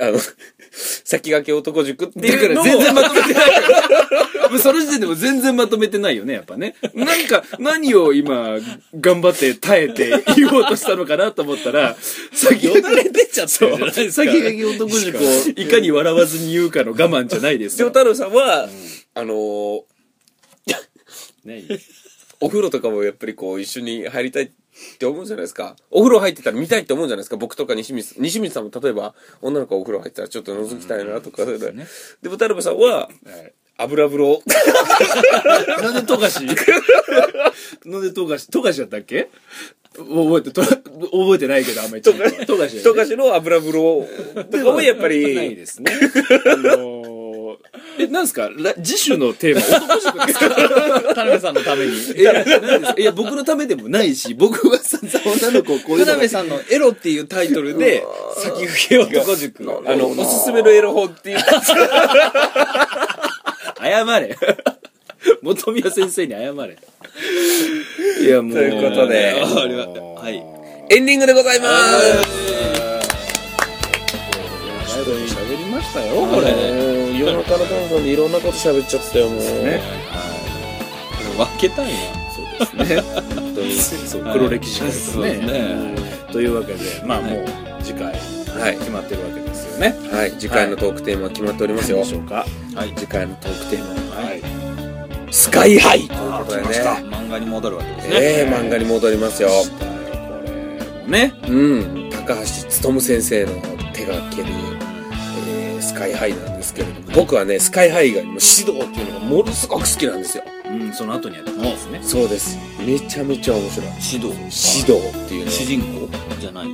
あの <laughs> 先駆け男塾って
だ
い
か
うのを
ら全然まとめ
<laughs>
てないから。もうその時点でも全然まとめてないよね、やっぱね。なんか、何を今、頑張って耐えて言おうとしたのかなと思ったら、先ほど
れ出ちゃってるじゃないですか
先駆け男塾をいかに笑わずに言うかの我慢じゃないです
翔
よ。
太郎さんは、あのー
ね
お風呂とかもやっぱりこう一緒に入りたいって思うじゃないですかお風呂入ってたら見たいって思うじゃないですか僕とか西光西光さんも例えば女の子がお風呂入ってたらちょっと覗きたいなとか、でも田辺さんは油風呂
なんで富樫なんで富樫富樫だったっけ覚えて、と覚えてないけど、あんまりちゃんと。富樨だ
人
よね
かしの油風呂とかもやっぱ
ない
り
ですね。あのーえ、なんですか来次週のテーマ、男塾ですか
田辺さんのために
いや、ないですいや、僕のためでもないし、僕はさんざ女の子をこういう
田
の
辺
が
さんの「エロ」っていうタイトルで先駆け男塾
あのおすすめのエロ本っていう
謝
<laughs>
れ。元宮先生に謝れ。いや、もう。
ということで
あ
あ
あ
り
り
が
が
と
と
う
う
はい
エンディングでございます
喋りましたよ、これ。
うん夜中のダンさんでいろんなこと喋っちゃってたよもう
ね
分けたい
本当に
そう
な
黒歴史
で
ですす
ね
ね。というわけで、まあもう次回
はい
決まってるわけですよね。
はい次回のトークテーマは決まっておりますよ、
でしょうか。
次回のトークテーマは
はい。
スカイハイということでね
漫画に戻るわけですね
ええ漫画に戻りますよ
これね。
うん高橋勉先生の手がける、えースカイハイなんですけれども僕はねスカイハイ以外にも指導っていうのがものすごく好きなんですよ
うん、その後にやってますね。
そうですめちゃめちゃ面白い
指導
指導っていうの
主人公じゃない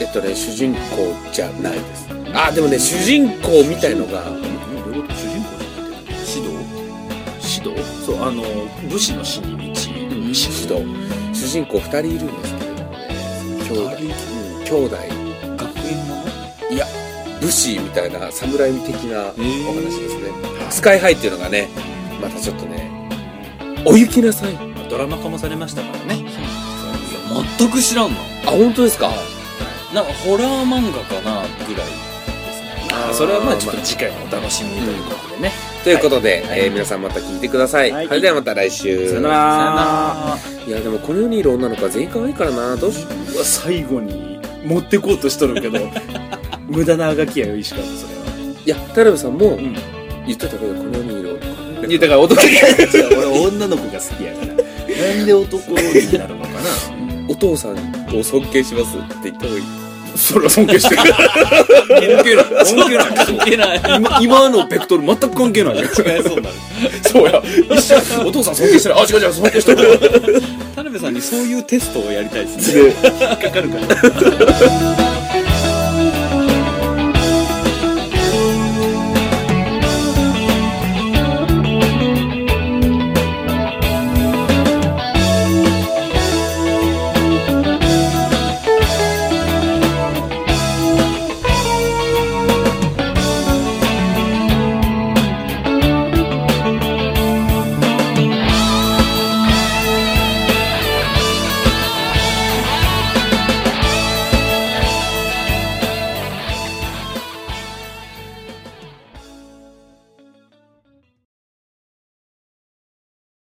えっとね主人公じゃないですあでもね主人公みたいのが
うんどういうこと主人公じゃなくて
指導
指導そう、あの、武士の死に道。
指導主人公2人いるんですけれどもね兄弟、うん、兄弟
学園もの
いや武士みたいな侍的なお話
ー
ですね、スカイハイっていうのがねまたちょっとねお行きなさいあ
ドラマ化もされましたからね。
いや全く知らんの
本当ですか
なんかホラー漫画かなぐらい
あー
それはまあちょっと次回のお楽しみということでね。
ということで、えー皆さんまた聞いてください、
はい
それではまた来週
さ
さよ
よな
な
ら。
ら
いやでもこの世にいる女の子は全員可愛いからなどうし
うわ最後に持ってこうとしとる <laughs> けど無駄なあがきやよ石川もそれはい <laughs>
や田辺さんも
ん
言ってたけど、この世にいる女の子
いやだから男が違う俺女の子が好きやからなんで男になるのかな
お父さんを尊敬しますって言った方がいい
それは尊敬してる関
<laughs>
係ない関係ない
関係ない
今今のベクトル全く関係ない違いそうなるそうや一瞬お父さん尊敬してるあ違う違う尊敬してる
田辺さんにそういうテストをやりたいですね
で
引っかかるから